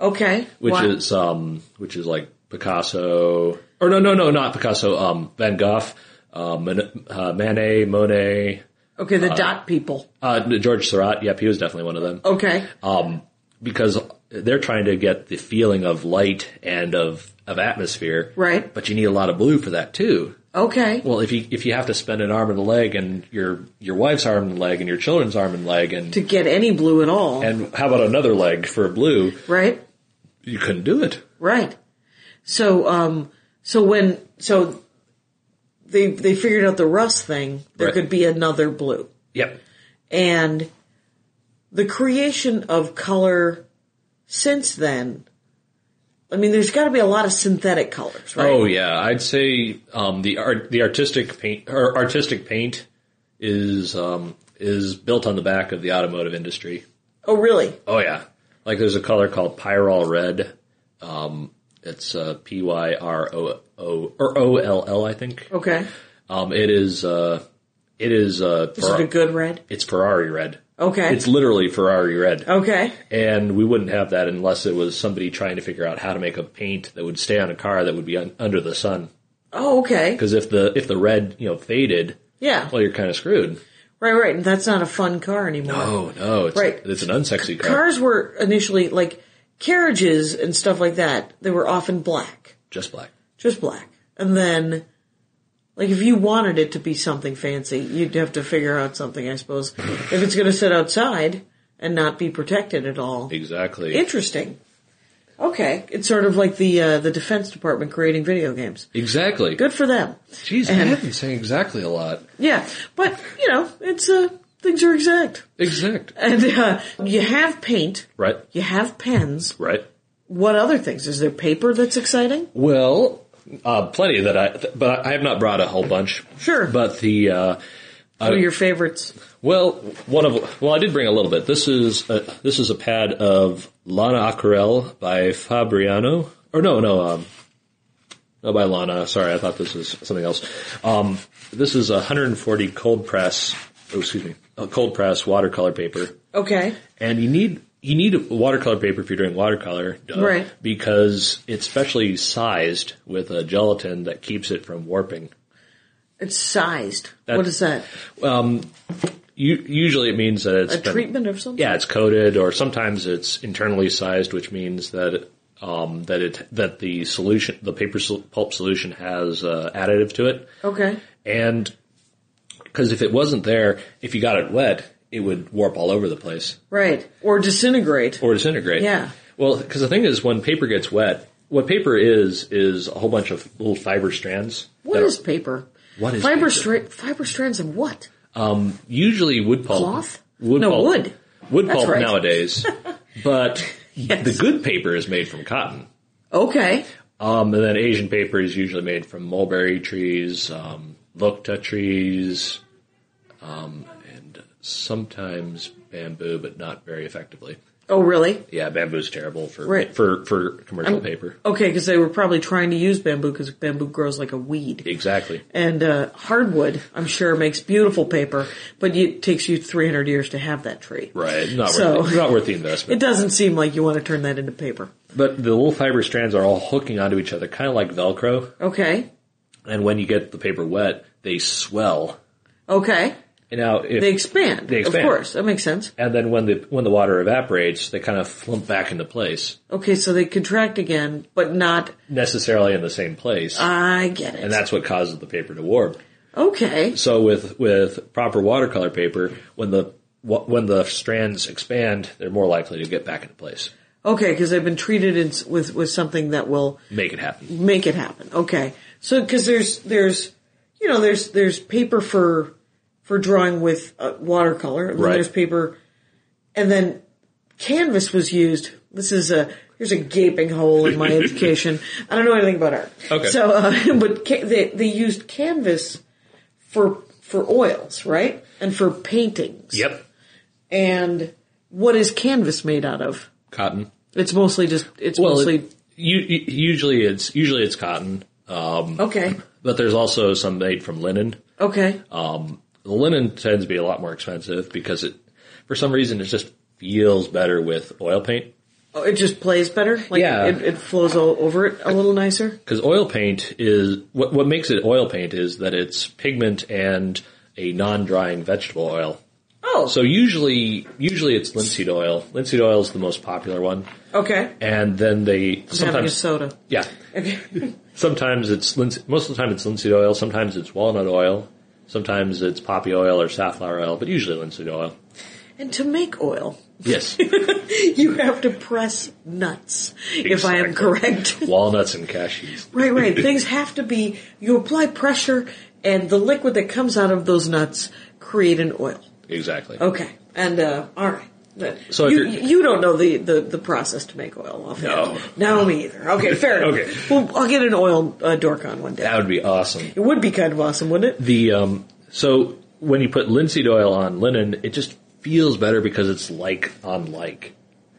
Okay, which Wow. is um, which is like Picasso, or no, no, no, not Picasso, um, Van Gogh, um, Man- uh, Manet, Monet, okay the dot people. uh, George Seurat. Yep, he was definitely one of them. Okay, um, because they're trying to get the feeling of light and of of atmosphere, Right. But you need a lot of blue for that too. okay, Well, if you if you have to spend an arm and a leg, and your your wife's arm and leg, and your children's arm and leg, to and get any blue at all, right? and how about another leg for blue? You couldn't do it. Right. So, um, so when, so they, they figured out the rust thing, there Right. could be another blue. Yep. And the creation of color since then, I mean, there's gotta be a lot of synthetic colors, right? Oh yeah, I'd say um, the art the artistic paint or artistic paint is um, is built on the back of the automotive industry. Oh, really? Oh yeah, like there's a color called pyrol red. Um, it's uh, P Y R O O or O L L, I think. Okay. Um, it is uh, it is uh, Is it a good red? it's Ferrari red. Okay. Oh. It's literally Ferrari red. okay. And we wouldn't have that unless it was somebody trying to figure out how to make a paint that would stay on a car that would be un- under the sun. Oh, okay. Because if the if the red you know faded, Yeah. well you're kind of screwed. Right, right. And that's not a fun car anymore. Oh no, it's Right. it's an unsexy car. Cars were initially like carriages and stuff like that. They were often black. Just black. just black. And then, like, if you wanted it to be something fancy, you'd have to figure out something, I suppose. if it's going to sit outside and not be protected at all. Exactly. Interesting. Okay, it's sort of like the uh, the Defense Department creating video games. exactly. Good for them. Jeez, I And- have been saying exactly a lot. Yeah, but you know, it's uh, things are exact, Exact. and uh, you have paint, Right. you have pens. Right. What other things? Is there paper that's exciting? Well, uh, plenty that I, th- but I have not brought a whole bunch. Sure. But the, uh, What are your favorites? well, one of, well, I did bring a little bit. This is, a, this is a pad of Lana Aquarel by Fabriano. Or no, no, um, no, by Lana. Sorry, I thought this was something else. Um, this is a 140 cold press, oh, excuse me, a cold press watercolor paper. Okay, and you need you need watercolor paper if you're doing watercolor, duh, Right. Because it's specially sized with a gelatin that keeps it from warping. it's sized. what That's- is that? Um, U usually, it means that it's A been- treatment of something? Yeah, it's coated, or sometimes it's internally sized, which means that um, that it that the solution the paper sol- pulp solution has uh, additive to it, Okay. and because if it wasn't there, if you got it wet, it would warp all over the place Right. Or disintegrate. or disintegrate. Yeah. Well, because the thing is, when paper gets wet, what paper is is a whole bunch of little fiber strands. What that is are- paper? What is fiber paper? stra- fiber strands of what? um, usually wood pulp? Cloth? Wood No, pulp. wood. Wood That's pulp right. nowadays, but Yes. the good paper is made from cotton. Okay. Um, and then Asian paper is usually made from mulberry trees, um, locta trees, um, and sometimes bamboo, but not very effectively. Oh, really? Yeah, bamboo's terrible for Right. for for commercial paper. Okay, because they were probably trying to use bamboo because bamboo grows like a weed. Exactly. And uh, hardwood, I'm sure, makes beautiful paper, but it takes you 300 years to have that tree. Right. Not So- worth the, not worth the It investment. doesn't seem like you want to turn that into paper. But the little fiber strands are all hooking onto each other, kind of like Velcro. Okay. And when you get the paper wet, they swell. Okay. And now, if, They expand. They expand. Of course. That makes sense. and then when the when the water evaporates, they kind of flump back into place, Okay, so they contract again, but not. necessarily in the same place. I get it. and that's what causes the paper to warp. okay. So with with proper watercolor paper, when the wh- when the strands expand, they're more likely to get back into place. Okay, because they've been treated in, s- with with something that will Make it happen. make it happen. Okay, so because there's there's you know there's there's paper for for drawing with uh, watercolor. And then Right. There's paper, and then canvas was used. This is a here's a gaping hole in my education. I don't know anything about art. Okay. So, uh, but ca- they they used canvas for for oils, right, and for paintings. Yep. And what is canvas made out of? Cotton. It's mostly just it's Well, mostly it, u- u- usually it's usually it's cotton, um, okay. but there's also some made from linen. Okay. Um, the linen tends to be a lot more expensive because it, for some reason, it just feels better with oil paint. Oh, it just plays better. Like Yeah. it, it flows all over it a little nicer. Because oil paint is what what makes it oil paint is that it's pigment and a non-drying vegetable oil. Oh, So usually, usually it's linseed oil. Linseed oil is the most popular one, okay. and then they Having a sometimes soda. yeah. sometimes it's linseed. Most of the time it's linseed oil. Sometimes it's walnut oil. Sometimes it's poppy oil or safflower oil, but usually linseed oil. And to make oil, Yes, you have to press nuts. If I am Exactly. correct, walnuts and cashews. right, right. Things have to be. You apply pressure, and the liquid that comes out of those nuts create an oil. Exactly. Okay, and uh, all right. But So if you, you're- you don't know the, the, the process to make oil off No. no me either. Okay, fair. enough. Okay. well I'll get an oil uh, dork on one day. That would be awesome. It would be kind of awesome, wouldn't it? The um, so when you put linseed oil on linen, it just feels better because it's like on like.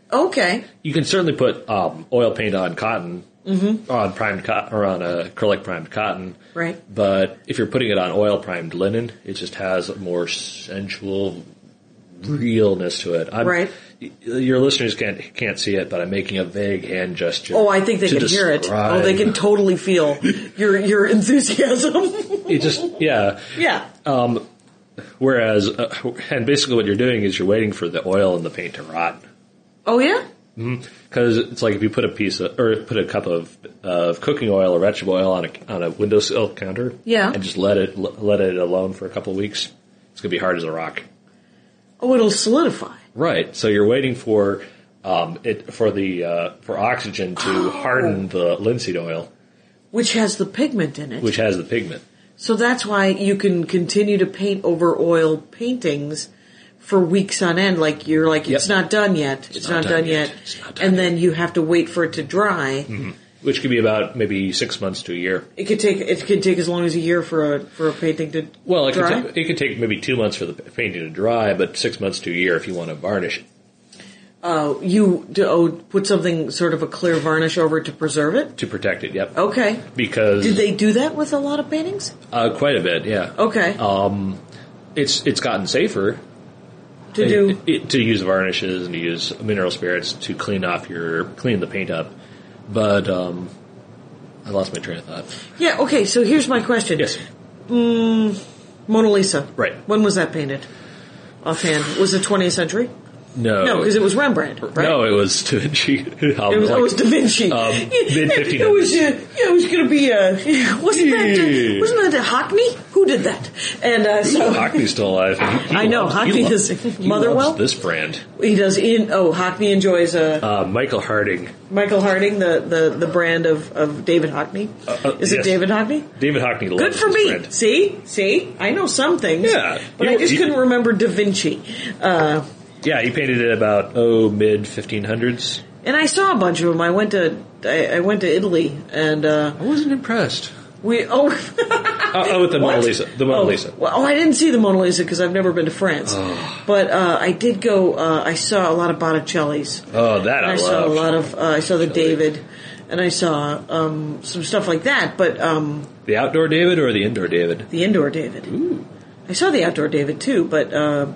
Okay. You can certainly put um, oil paint on cotton, on primed cotton or on acrylic primed cotton, Mm-hmm. Right. But if you're putting it on oil primed linen, it just has a more sensual realness to it. I'm, Right. y- Your listeners can't can't see it, but I'm making a vague hand gesture. Oh, I think they to can hear it. Oh, they can describe- totally feel your your enthusiasm. it just yeah. yeah. Um, whereas, uh, and basically what you're doing is you're waiting for the oil and the paint to rot. Oh yeah. Because it's like if you put a piece of, or put a cup of, of cooking oil or vegetable oil on a, on a windowsill counter. Yeah. And just let it, let it alone for a couple of weeks. It's going to be hard as a rock. Oh, it'll solidify. Right. So you're waiting for, um, it, for the, uh, for oxygen to Oh. harden the linseed oil, Which has the pigment in it. which has the pigment. so that's why you can continue to paint over oil paintings for weeks on end. Like you're like, it's Yep. not done yet. It's, not, done, yet. It's not done And yet. Mm-hmm. then you have to wait for it to dry. Which could be about maybe six months to a year. It could take it could take as long as a year for a for a painting to Well, it dry. could, ta- it could take maybe two months for the painting to dry, but six months to a year if you want to varnish it. uh, you do, oh, put something sort of a clear varnish over it to preserve it. to protect it. Yep. Okay. Because Oh. Did they Oh. do that with a lot of paintings? uh, quite a bit. Yeah. Okay. Um, it's it's gotten safer to do it, it- to use varnishes and to use mineral spirits to clean off your clean the paint up, but um, I lost my train of thought. Yeah, okay, so here's my question. Mm, Yes. Mona Lisa. Right. When was that painted? Offhand. Was it 20th century? No, No, because it was Rembrandt, right? Uh, No, it was Da Vinci. It was, it was Da Vinci. um, mid-1500s. It was, uh, yeah, it was going to be, uh, wasn't that, uh, Yeah. Oh, wasn't that Hockney? Who did that? And, uh, so, Hockney's still alive. and he I know, loves- he Hockney lo- is- he Motherwell? loves this brand, he does, in, oh, Hockney enjoys, uh, uh, Michael Harding, Michael Harding, the, the, the brand of, of David Hockney. uh, Is yes. it David Hockney? David Hockney. Good loves for this me. brand. See? See? I know some things. Yeah. But I You- just you- couldn't remember Da Vinci. Uh, Yeah, he painted it about oh mid 1500s. and I saw a bunch of them. I went to, I, I went to Italy and, uh, I wasn't impressed. we, oh, Oh, oh, with the Mona What? Lisa. The Mona oh, Lisa. Oh. Well, oh, I didn't see the Mona Lisa because I've never been to France. But uh, I did go. Uh, I saw a lot of Botticelli's. Oh, that and I, I, saw a love. lot of. Uh, I saw the Botticelli. David, and I saw um, some stuff like that. But um, The outdoor David or the indoor David? the indoor David. I saw the outdoor David too, but uh,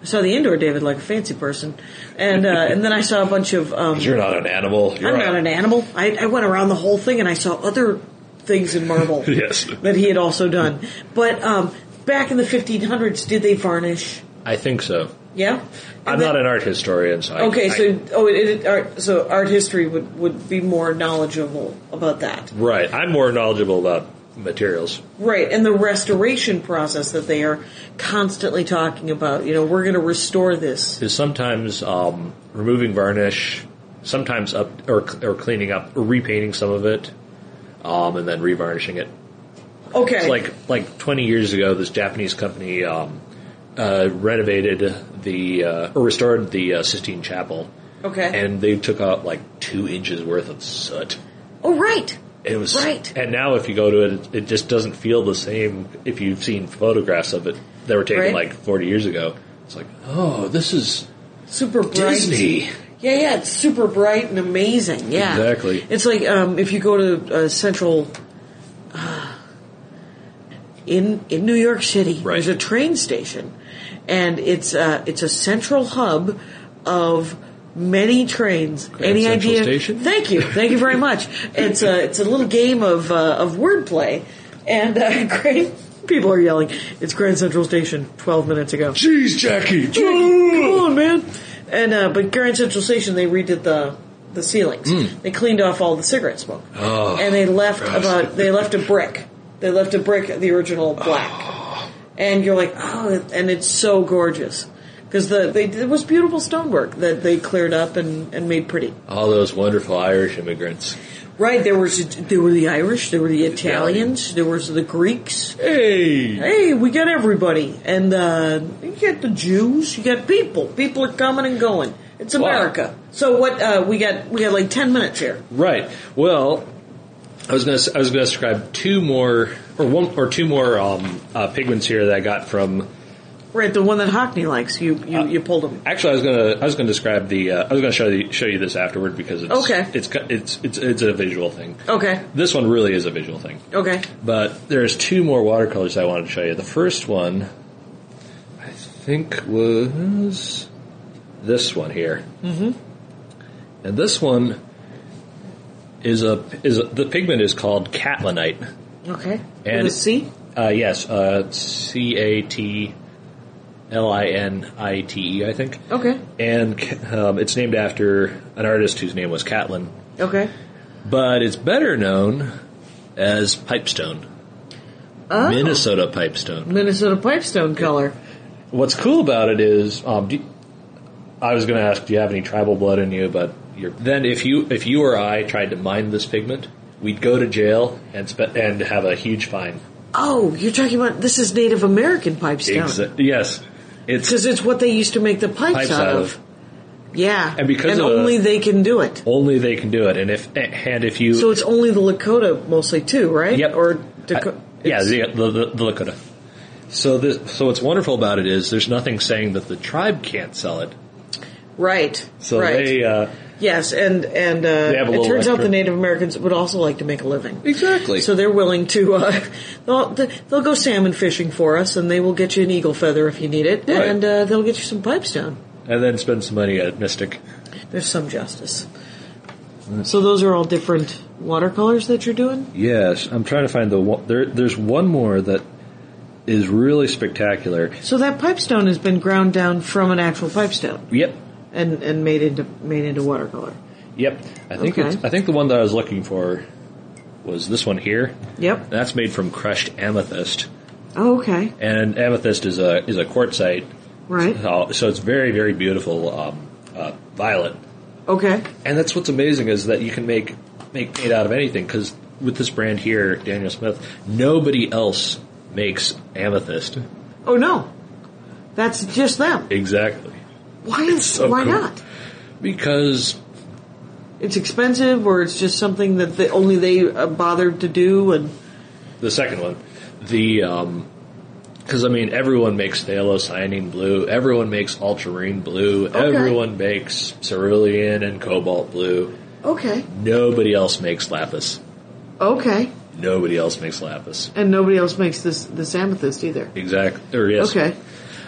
I saw the indoor David like a fancy person, and uh, and then I saw a bunch of. Um, 'Cause You're not an animal. You're I'm a- not an animal. I, I went around the whole thing and I saw other things in marble Yes. that he had also done. But um, back in the 1500s, did they varnish? I think so. Yeah, I'm not an art historian, so I, Okay, I- so oh, it, it, art, so art history would would be more knowledgeable about that, right. I'm more knowledgeable about materials. right? And the restoration process that they are constantly talking about. You know, we're going to restore this. Is sometimes um, removing varnish, sometimes up or or cleaning up, or repainting some of it, um, and then revarnishing it. Okay, It's like like 20 years ago, this Japanese company um, uh, renovated the uh, or restored the uh, Sistine Chapel, okay, and they took out like two inches worth of soot. oh right, It was Right. and now if you go to it, it just doesn't feel the same. If you've seen photographs of it that were taken Right. like 40 years ago, it's like, oh, this is super bright. Disney. Yeah, yeah, it's super bright and amazing. Yeah, Exactly. It's like um, if you go to uh, Central uh, in in New York City, Right. there's a train station, and it's uh, it's a central hub of many trains. Any Central idea? Station? Thank you, thank you very much. it's a it's a little game of uh, of wordplay, and uh, great. People are yelling. It's Grand Central Station. Twelve minutes ago. Jeez, Jackie. Come on, man. And uh, but Grand Central Station, they redid the the ceilings. They cleaned off all the cigarette smoke, Oh, and they left gross. about they left a brick. They left a brick, of the original black. And you're like, oh, and it's so gorgeous because the they, it was beautiful stonework that they cleared up and and made pretty. All those wonderful Irish immigrants. Right there was there were the Irish, there were the Italians, there was the Greeks. Hey, Hey, we got everybody, and uh, you got the Jews. You got people. People are coming and going. It's America. So what? Uh, we got we got like ten minutes here. right. Well, I was gonna I was gonna describe two more or one or two more um, uh, pigments here that I got from. Right, the one that Hockney likes. You you, you pulled him. Actually, I was gonna I was gonna describe the uh, I was gonna show you show you this afterward because it's Okay. it's cu- it's it's it's a visual thing. Okay. This one really is a visual thing. Okay. But there's two more watercolors I wanted to show you. The first one, I think, was this one here. Mm-hmm. And this one is a is a, the pigment is called catlinite. Okay. And- With a C. Uh, yes, uh, C A T L I N I T E, I think. Okay. And ca- um, it's named after an artist whose name was Catlin, Okay. but it's better known as pipestone, Oh, Minnesota pipestone. Minnesota pipestone color. What's cool about it is, um, do you- I was going to ask, do you have any tribal blood in you? But you're, then, if you if you or I tried to mine this pigment, we'd go to jail and spe- and have a huge fine. Oh, you're talking about this is Native American pipestone Exa- yes, it's because it's what they used to make the pipes, Pipes out, out of. Yeah. And because and of the- only they can do it. only they can do it. And if and if you So it's only the Lakota mostly too, right? Yep. Or Uh, Daco- yeah, it's- the, the, the, the Lakota. So this so what's wonderful about it is there's nothing saying that the tribe can't sell it. Right. So right. they uh, yes, and and uh, They have a it little turns out extra- the Native Americans would also like to make a living. exactly. So they're willing to uh, they'll they'll go salmon fishing for us, and they will get you an eagle feather if you need it, Right. and uh, they'll get you some pipestone. and then spend some money at Mystic. There's some justice. So those are all different watercolors that you're doing. Yes, I'm trying to find the one. There, there's one more that is really spectacular. So that pipestone has been ground down from an actual pipestone. Yep, and and made into made into watercolor. Yep. I think Okay. it's, I think the one that I was looking for was this one here. Yep. That's made from crushed amethyst, Oh, okay. and amethyst is a is a quartzite, Right. so, Uh, so it's very very beautiful um, uh, violet. Okay. And that's what's amazing is that you can make make paint out of anything because with this brand here, Daniel Smith, nobody else makes amethyst. Oh no, that's just them. Exactly. Why is so why cool. not? Because It's expensive, or it's just something that they, only they uh, bothered to do. And the second one, the um 'cause because I mean everyone makes thalocyanine blue, everyone makes ultramarine blue, everyone makes cerulean and cobalt blue. okay, Nobody else makes lapis. okay, Nobody else makes lapis. and nobody else makes this this amethyst either. Exactly. Or yes. Okay.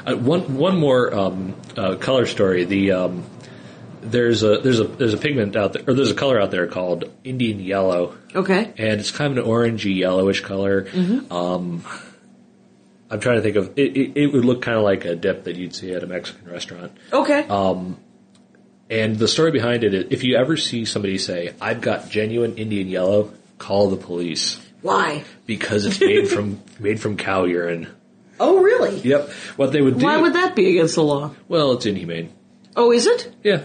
Uh, one one more um, uh, color story. The um, there's a there's a there's a pigment out there or there's a color out there called Indian yellow, Okay. and it's kind of an orangey yellowish color. Mm-hmm. Um, I'm trying to think of it, it. It would look kind of like a dip that you'd see at a Mexican restaurant. Okay. Uh, And the story behind it is, if you ever see somebody say, "I've got genuine Indian yellow," call the police Why? because it's made from made from cow urine. Oh, really? Yep. What they would do? Why would that be against the law? well, it's inhumane. Oh, is it? Yeah.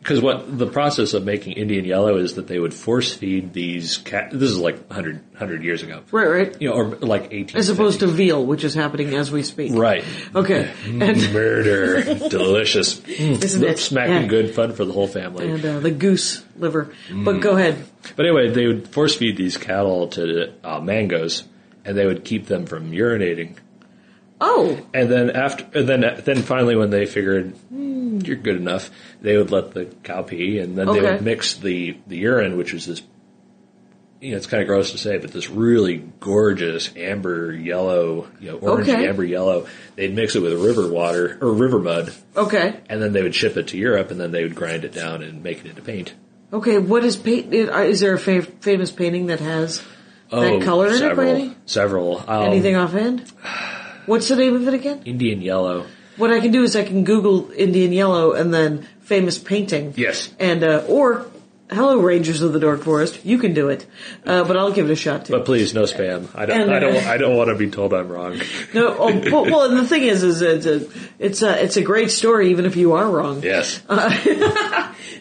Because what the process of making Indian yellow is that they would force feed these cat. This is like 100, 100 years ago, Right, right. you know, or like eighteen. As opposed to veal, which is happening as we speak. right, Mm. Okay. And murder, delicious, Mm, Isn't it? smacking Yeah. good fun for the whole family. and uh, the goose liver. Mm. But go ahead. But anyway, they would force feed these cattle to uh, mangoes, and they would keep them from urinating. Oh, And then after, and then then finally, when they figured "Hmm, you're good enough, they would let the cow pee, and then they Okay. would mix the the urine, which is this. You know, it's kind of gross to say, but this really gorgeous amber yellow, you know, orange Okay. amber yellow. They'd mix it with river water or river mud, okay. and then they would ship it to Europe, and then they would grind it down and make it into paint. Okay, what is paint? Is there a fa- famous painting that has Oh, that color in it by several, any? several. Um, Anything offhand? What's the name of it again? Indian yellow. What I can do is I can Google Indian Yellow and then famous painting. Yes. And uh, or hello Rangers of the Dark Forest, you can do it, uh, but I'll give it a shot too. But please, no spam. I don't. And, I don't. uh, I don't want to be told I'm wrong. no, oh, well, well, and the thing is, is it's a it's a it's a great story, even if you are wrong. Yes.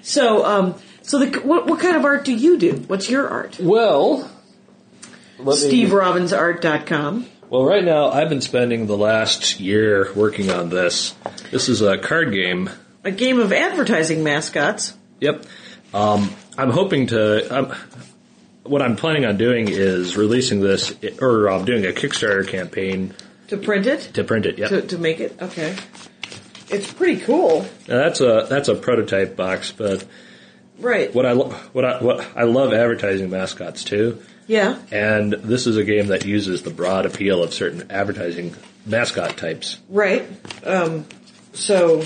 So, um, so the what what kind of art do you do? What's your art? Well, let me- SteveRobbinsArt.com. Well, right now I've been spending the last year working on this. This is a card game. A game of advertising mascots. Yep. Um, I'm hoping to. I'm, what I'm planning on doing is releasing this, or I'm doing a Kickstarter campaign To print it? to print it. Yep. To, to make it? Okay. It's pretty cool. Now, that's a that's a prototype box, but Right. what I lo- what I what I love advertising mascots too. Yeah. And this is a game that uses the broad appeal of certain advertising mascot types. Right. Um, so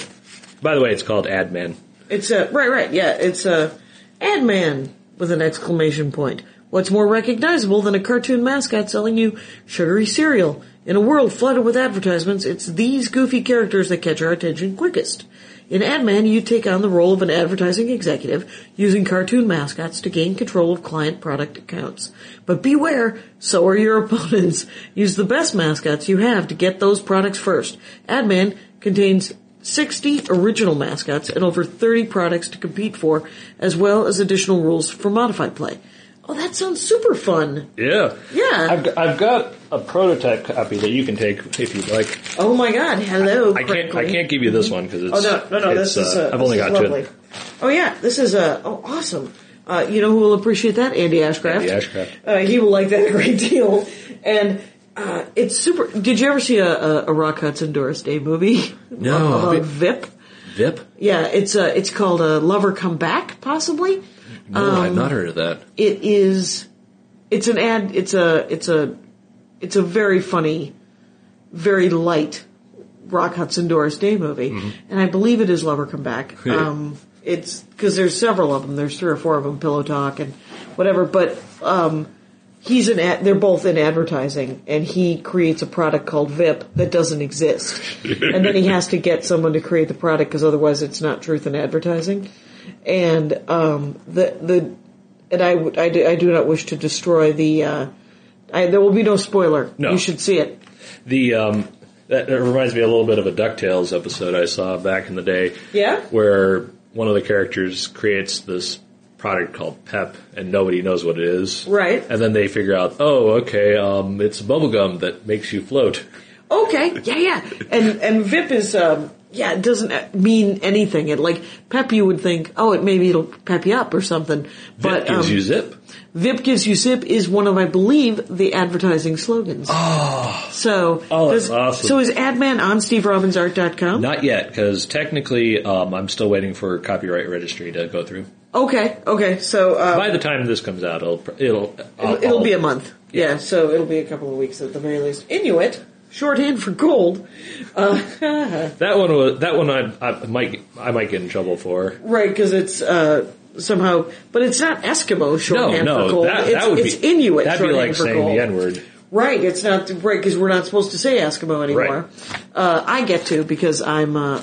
By the way, it's called Ad Man. it's a, right, right, yeah, it's a ad man with an exclamation point. What's more recognizable than a cartoon mascot selling you sugary cereal? In a world flooded with advertisements, it's these goofy characters that catch our attention quickest. In Ad Man, you take on the role of an advertising executive using cartoon mascots to gain control of client product accounts. But beware, so are your opponents. Use the best mascots you have to get those products first. Ad Man contains 60 original mascots and over 30 products to compete for, as well as additional rules for modified play. Oh, that sounds super fun. Yeah. Yeah. I've, g- I've got a prototype copy that you can take if you'd like. Oh my god, hello. I can't I crinkly. can't give you this one because it's Oh no, no, no! it's, This is uh, uh, I've only this got is lovely. two. Oh yeah, this is uh, oh awesome. Uh, you know who will appreciate that? Andy Ashcraft. Andy Ashcraft. Uh, he will like that a great deal. And uh, it's super. Did you ever see a, a, a Rock Hudson Doris Day movie? No. About Vip. Vip? Yeah, it's uh, it's called uh, Lover Come Back, possibly. No, Um, I've not heard of that. It is. It's an ad. It's a. It's a. It's a very funny, very light Rock Hudson Doris Day movie, and I believe it is Lover Come Back. Um, it's because there's several of them. There's three or four of them. Pillow Talk and whatever. But um, he's an ad, they're both in advertising and he creates a product called VIP that doesn't exist. and then he has to get someone to create the product because otherwise it's not truth in advertising. And um the the and I, would- I, do, I do not wish to destroy the uh I, there will be no spoiler. No. You should see it. The um, that, that reminds me a little bit of a Ducktales episode I saw back in the day. Yeah? where one of the characters creates this product called Pep, and nobody knows what it is. Right. and then they figure out, oh, okay, um, it's bubblegum that makes you float. Okay, yeah, yeah. And and VIP is um yeah, it doesn't mean anything. It like pep you would think, oh, it maybe it'll pep you up or something. But But gives um, you zip. VIP gives you zip is one of, I believe, the advertising slogans. Oh. So, Oh, that's does- awesome. so is Adman on SteveRobbinsArt.com? Not yet, because technically, um, I'm still waiting for copyright registry to go through. Okay, okay. So, uh, By the time this comes out, it'll pr- it'll I'll- it'll, it'll be a I'll- month. Yeah. so it'll be a couple of weeks at the very least. Inuit, shorthand for gold. Uh, That one was that one I, I might I might get in trouble for. right, because it's uh, somehow, but it's not Eskimo No, shorthand for no, gold. that, it's that would it's be Inuit That'd be shorthand like for saying gold. the N word. Right, it's not right because we're not supposed to say Eskimo anymore. Uh, I get to because I'm uh,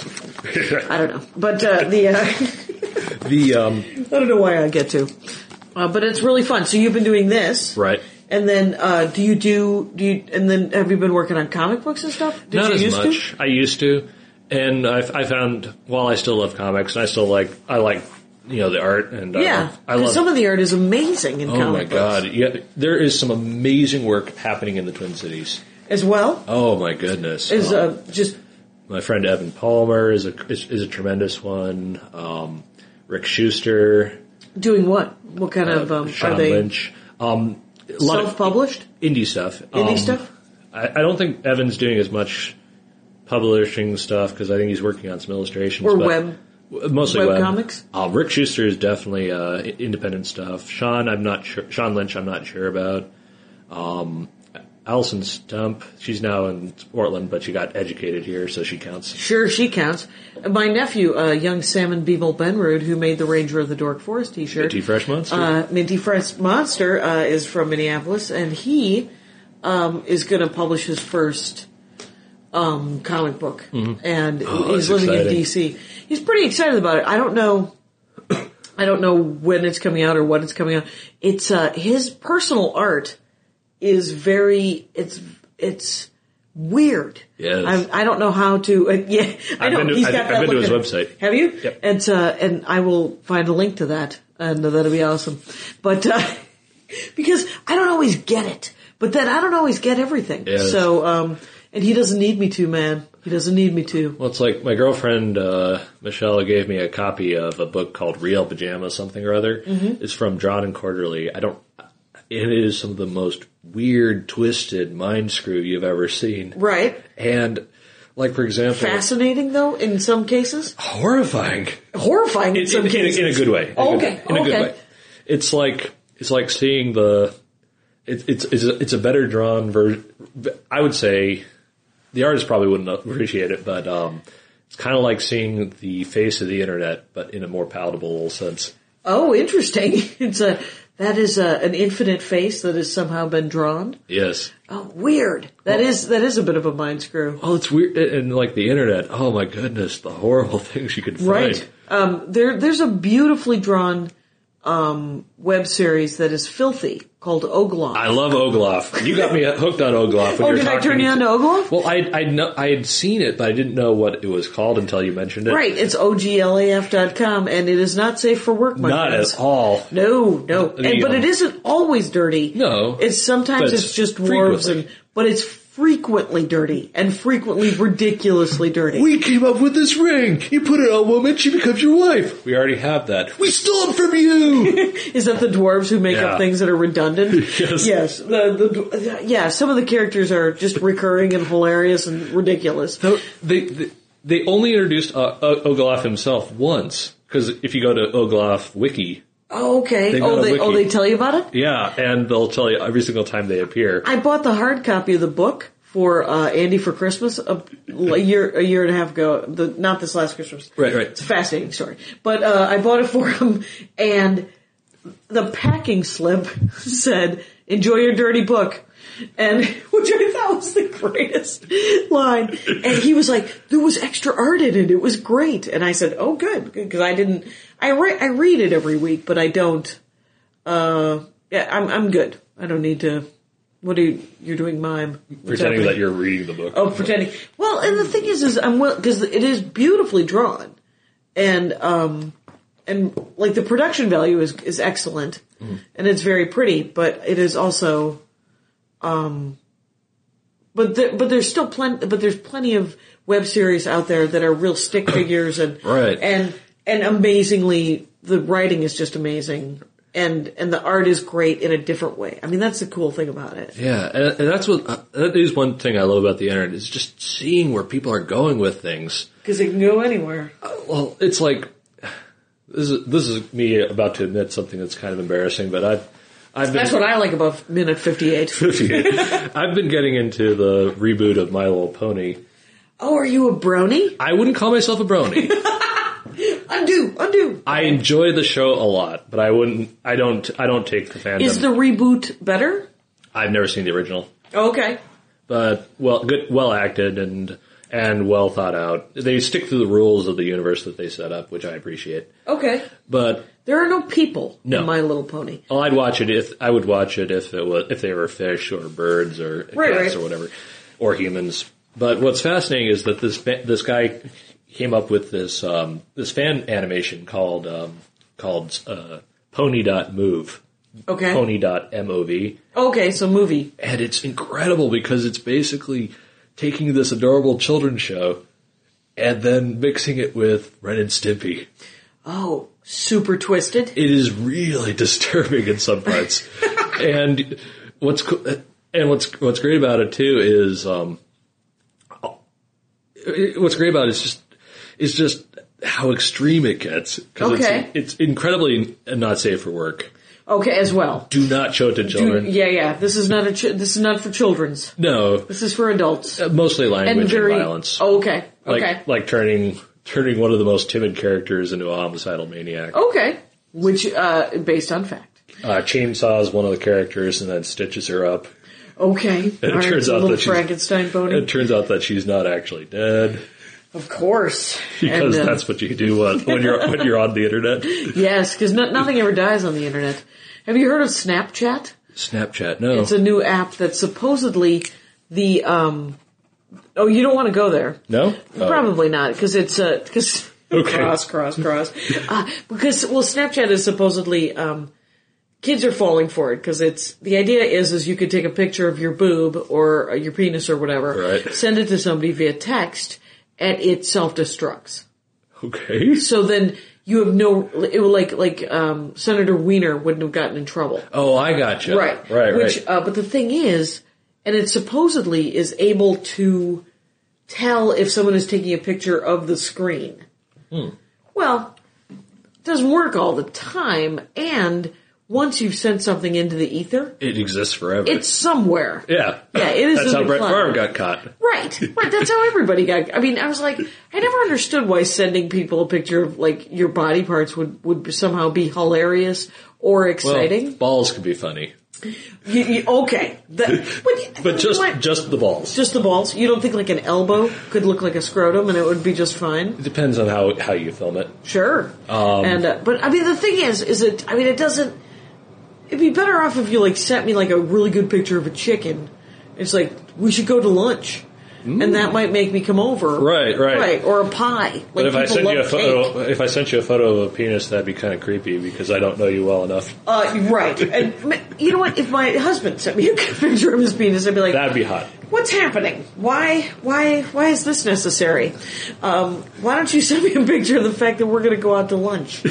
I don't know, but uh, the uh, The um, I don't know why I get to, uh, but it's really fun. So you've been doing this, Right. And then uh, do you do do you and then have you been working on comic books and stuff? Did not you as used much. I used to, and I, I found while I still love comics and I still like I like you know the art and uh, To? Yeah, I love. I love 'cause some of the art is amazing in oh comic my books god! Yeah, there is some amazing work happening in the Twin Cities. as well. Oh my goodness! Is Um, uh, just my friend Evan Palmer is a is, is a tremendous one. Um, Rick Schuster, doing what? What kind of um, Sean are they Lynch, um, a lot of- self-published? indie stuff. Um, Indie stuff? I, I don't think Evan's doing as much publishing stuff because I think he's working on some illustrations Or but- web- w- mostly web web, comics? Uh, Rick Schuster is definitely uh, i- independent stuff. Sean, I'm not sure. Sean Lynch, I'm not sure about. Um, Allison Stump, she's now in Portland, but she got educated here, so she counts. Sure, she counts. My nephew, uh, young Salmon Beeble Benrood, who made the Ranger of the Dork Forest t-shirt. Minty Fresh Monster. Uh, Minty Fresh Monster uh, is from Minneapolis, and he um, is going to publish his first um, comic book. And he's Mm-hmm. Oh, that's living in exciting. D.C. He's pretty excited about it. I don't know... I don't know when it's coming out or what it's coming out. It's uh, his personal art is very it's it's weird. Yes. I, I don't know how to. Uh, yeah, I I've know been to- he's I've- got I've that been to his look at- website. Have you? Yep. And uh, and I will find a link to that, and that'll be awesome. But uh, because I don't always get it, but then I don't always get everything. Yes. So um, and he doesn't need me to, man. He doesn't need me to. Well, it's like my girlfriend uh, Michelle gave me a copy of a book called Real Pajamas something or other. It's from Drawn and Quarterly. I don't. It is some of the most weird, twisted mind screw you've ever seen. Right. And like for example, Fascinating though, in some cases, horrifying. horrifying in, In, some in- in a- cases. in a good way. In a Oh, good- okay. In a good Okay. way. It's like it's like seeing the. It, it's it's a, it's a better drawn version. I would say the artist probably wouldn't appreciate it, but um, it's kind of like seeing the face of the internet, but in a more palatable sense. Oh, interesting. It's a that is a, an infinite face that has somehow been drawn. Yes. Oh, weird. That is that is a bit of a mind screw. Oh, it's weird, and and like the internet. Oh my goodness, the horrible things you could find. Right. Um, there, there's a beautifully drawn um, web series that is filthy called Oglon. I love Ogloff. You got me hooked on Ogloff. When oh, you were did I talking turn you to- on to Oglon? Well, I I know I had seen it, but I didn't know what it was called until you mentioned it. Right. It's oglaf.com, and it is not safe for work. My Not friends. at all. No, no. The, and, but um, it isn't always dirty. No. It's But sometimes it's it's, just dwarves frequently. and but it's frequently dirty and frequently ridiculously dirty. We came up with this ring. You put it on woman, she becomes your wife. We already have that. We stole it from you. Is that the dwarves who make Yeah. up things that are redundant? Yes. Yes. The, the, dw- yeah, some of the characters are just recurring and hilarious and ridiculous. So they, they they only introduced uh, O- Ogloff himself once because if you go to Ogloff Wiki, Oh, okay. They've got Oh, a they, oh, wiki. they tell you about it? yeah, and they'll tell you every single time they appear. I bought the hard copy of the book for uh, Andy for Christmas a, a year a year and a half ago. The, not this last Christmas. Right, right. It's a fascinating story. But uh, I bought it for him, and the packing slip said enjoy your dirty book. And which I thought was the greatest line. And he was like, there was extra art in it. It was great. And I said, oh good. Cause I didn't, I re- I read it every week, but I don't, uh, yeah, I'm, I'm good. I don't need to, what are you, you're doing mime. What's pretending happening? that you're reading the book. Oh, pretending. Well, and the thing is, is I'm well because it is beautifully drawn, and um, and like the production value is is excellent, and it's very pretty, but it is also, um, but the, but there's still plenty, but there's plenty of web series out there that are real stick figures and Right. and and amazingly the writing is just amazing. And, and the art is great in a different way. I mean, that's the cool thing about it. Yeah, and, and that's what uh, that is one thing I love about the internet is just seeing where people are going with things. Cause it can go anywhere. Well, it's like this is this is me about to admit something that's kind of embarrassing, but I've I've been That's what I like about minute 58. I've been getting into the reboot of My Little Pony. Oh, are you a brony? I wouldn't call myself a brony. Undo, undo. I enjoy the show a lot, but I wouldn't. I don't. I don't take the fandom. Is the reboot better? I've never seen the original, Oh, okay. but well, good, well acted and and well thought out. They stick to the rules of the universe that they set up, which I appreciate. Okay. But There are no people No. in My Little Pony. oh, I'd watch it if I would watch it if it was if they were fish or birds or Right, cats right. or whatever or humans. But what's fascinating is that this fa- this guy came up with this um, this fan animation called um, called uh, Pony Dot Move. Okay. Pony Dot Mov. Okay, so movie. And it's incredible because it's basically taking this adorable children's show and then mixing it with Ren and Stimpy. Oh, super twisted. It is really disturbing in some parts. and what's co- and what's what's great about it too is um, it- what's great about it is just is just how extreme it gets because Okay. it's, it's incredibly not safe for work. Okay, as well. Do not show it to children. Yeah, yeah. This is not a. Ch- this is not for children's. No, This is for adults mostly language and and, very. violence. Oh, okay. like Okay. like turning turning one of the most timid characters into a homicidal maniac. okay. Which uh, based on fact. Uh, chainsaws one of the characters and then stitches her up. Okay. And it All right, turns it's a out little that she's- Frankenstein pony. It turns out that she's not actually dead of course. because And, uh, that's what you do when, when you're when you're on the internet. Yes, because no- nothing ever dies on the internet. Have you heard of Snapchat? Snapchat, no, It's a new app that's supposedly the um. Oh, you don't want to go there. no, Oh. Probably not, because it's uh, because Okay. cross, cross, cross. uh, because well, Snapchat is supposedly um, kids are falling for it because it's the idea is is you could take a picture of your boob or uh, your penis or whatever, Right. send it to somebody via text, and it self destructs. Oh, okay. So then you have no, it will like, like, um, Senator Weiner wouldn't have gotten in trouble. Oh, I got you. Right. right, Which, right. uh, but the thing is, and it supposedly is able to tell if someone is taking a picture of the screen. Hmm. Well, it doesn't work all the time, and once you've sent something into the ether, it exists forever. it's somewhere. yeah, Yeah, it is That's in how the Brett cloud. Favre got caught. Right, right. That's how everybody got. I mean, I was like, I never understood why sending people a picture of like your body parts would would somehow be hilarious or Well, exciting. balls could be funny, You- you- okay, That- but, you- but just what? just the balls. Just the balls. You don't think like an elbow could look like a scrotum and it would be just fine? it depends on how how you film it. Sure. Um, and uh, but I mean, the thing is, is it? I mean, it doesn't. It'd be better off if you like sent me like a really good picture of a chicken. It's like we should go to lunch. And that might make me come over, Mm. Right, right. right, or a pie. Like But if I people sent you a love cake. photo, if I sent you a photo of a penis, that'd be kind of creepy because I don't know you well enough. uh, right? And ma- you know what? If my husband sent me a picture of his penis, I'd be like, That'd be hot. what's happening? Why, why, why is this necessary? Um, why don't you send me a picture of the fact that we're going to go out to lunch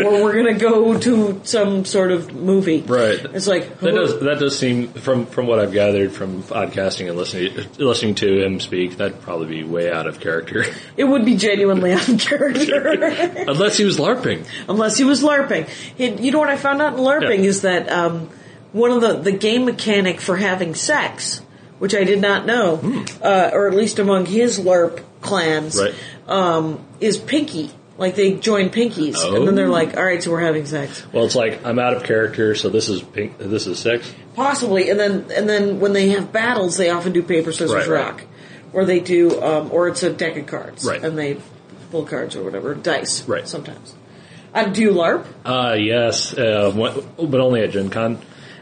or we're going to go to some sort of movie? Right. It's like That does that does seem from from what I've gathered from podcasting and listening listening to him speak, that'd probably be way out of character. it would be genuinely out of character Unless he was larping. unless he was LARPing. He- you know what I found out in LARPing Yeah. is that um, one of the the game mechanic for having sex, which I did not know, uh, or at least among his LARP clans, Hmm. Right. um, is pinky. Like they join pinkies, and Oh. then they're like, "All right, so we're having sex." Well, it's like I'm out of character, so this is pink, this is sex. Possibly, and then and then when they have battles, they often do paper, scissors, Right, right. rock, or they do, um, or it's a deck of cards, Right. And they pull cards or whatever, dice, Right. Sometimes. I do you LARP. Uh, yes, uh, what- but only at Gen Con.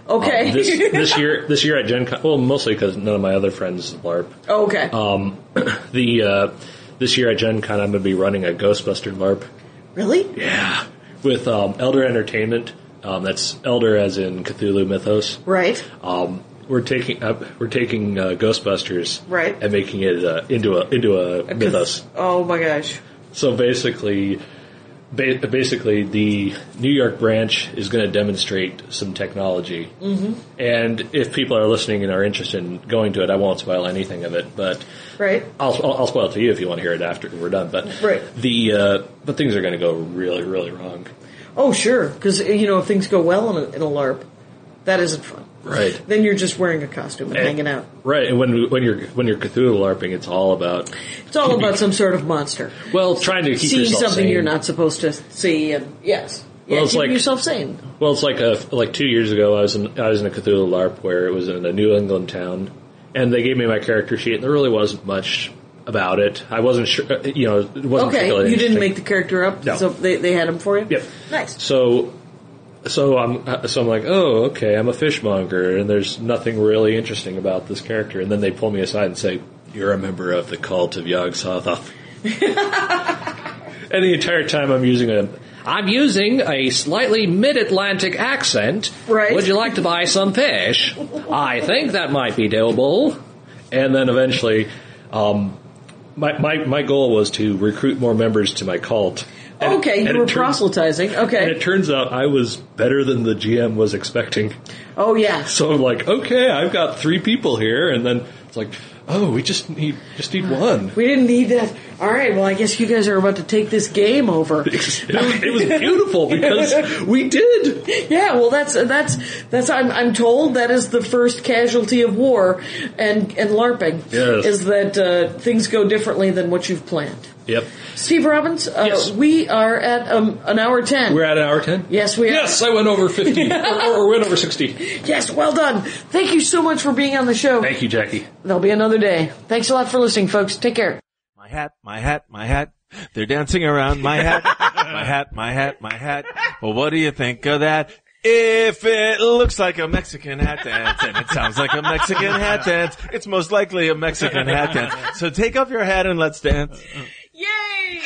Okay. Uh, this, this year, this year at Gen Con, well, mostly because none of my other friends LARP. okay. Um, the uh, this year at Gen Con, I'm going to be running a Ghostbuster LARP really? with um, Elder Entertainment. Um, that's Elder as in Cthulhu Mythos. Right. Um, we're taking uh, we're taking uh, Ghostbusters Right. and making it uh, into a into a, mythos. Oh my gosh. So basically, ba- basically the New York branch is going to demonstrate some technology, mm-hmm. and if people are listening and are interested in going to it, I won't spoil anything of it, but. Right. I'll, I'll, I'll spoil it to you if you want to hear it after we're done, but Right. the uh, but things are going to go really really wrong, Oh sure, because you know if things go well in a, in a LARP, that isn't fun. right? Eh. Then you're just wearing a costume and hanging out. right? And when when you're when you're Cthulhu larping, it's all about It's all about some sort of monster. well trying to keep Seeing yourself something sane. you're not supposed to see, and yes, yeah, Well, it's keep like- yourself sane. Well, it's like a, like two years ago, I was in I was in a Cthulhu LARP where it was in a New England town, and they gave me my character sheet, and there really wasn't much about it. I wasn't sure, uh, you know, it wasn't Okay, particularly you didn't interesting. make the character up, No. so they, they had him for you. Yep. nice. so. So I'm uh, so I'm like oh okay I'm a fishmonger and there's nothing really interesting about this character and then they pull me aside and say you're a member of the cult of Yog Sothoth and the entire time I'm using a I'm using a slightly mid-Atlantic accent. Right. Would you like to buy some fish? I think that might be doable. And then eventually, um, my, my my goal was to recruit more members to my cult. And- okay, you and it were turns- proselytizing. And Okay. it turns out I was better than the GM was expecting. oh yeah. So I'm like, okay, I've got three people here, and then it's like, oh, we just need just need one. We didn't need that. All right. Well, I guess you guys are about to take this game over. It was beautiful because we did. Yeah, well, that's that's that's I'm I'm told that is the first casualty of war and and LARPing Yes. is that uh, things go differently than what you've planned. Yep. Steve Robbins, uh, Yes. we are at um, an hour 10 We're at an hour 10? Yes, we are. Yes, I went over 50. or, or went over 60. yes, well done. Thank you so much for being on the show. Thank you, Jackie. There'll be another day. Thanks a lot for listening, folks. Take care. My hat, my hat, my hat. They're dancing around my hat, my hat, my hat, my hat. Well, what do you think of that? If it looks like a Mexican hat dance and it sounds like a Mexican hat dance, it's most likely a Mexican hat dance. So take off your hat and let's dance. Yay!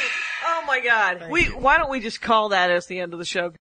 Oh my God. we why don't we just call that as the end of the show?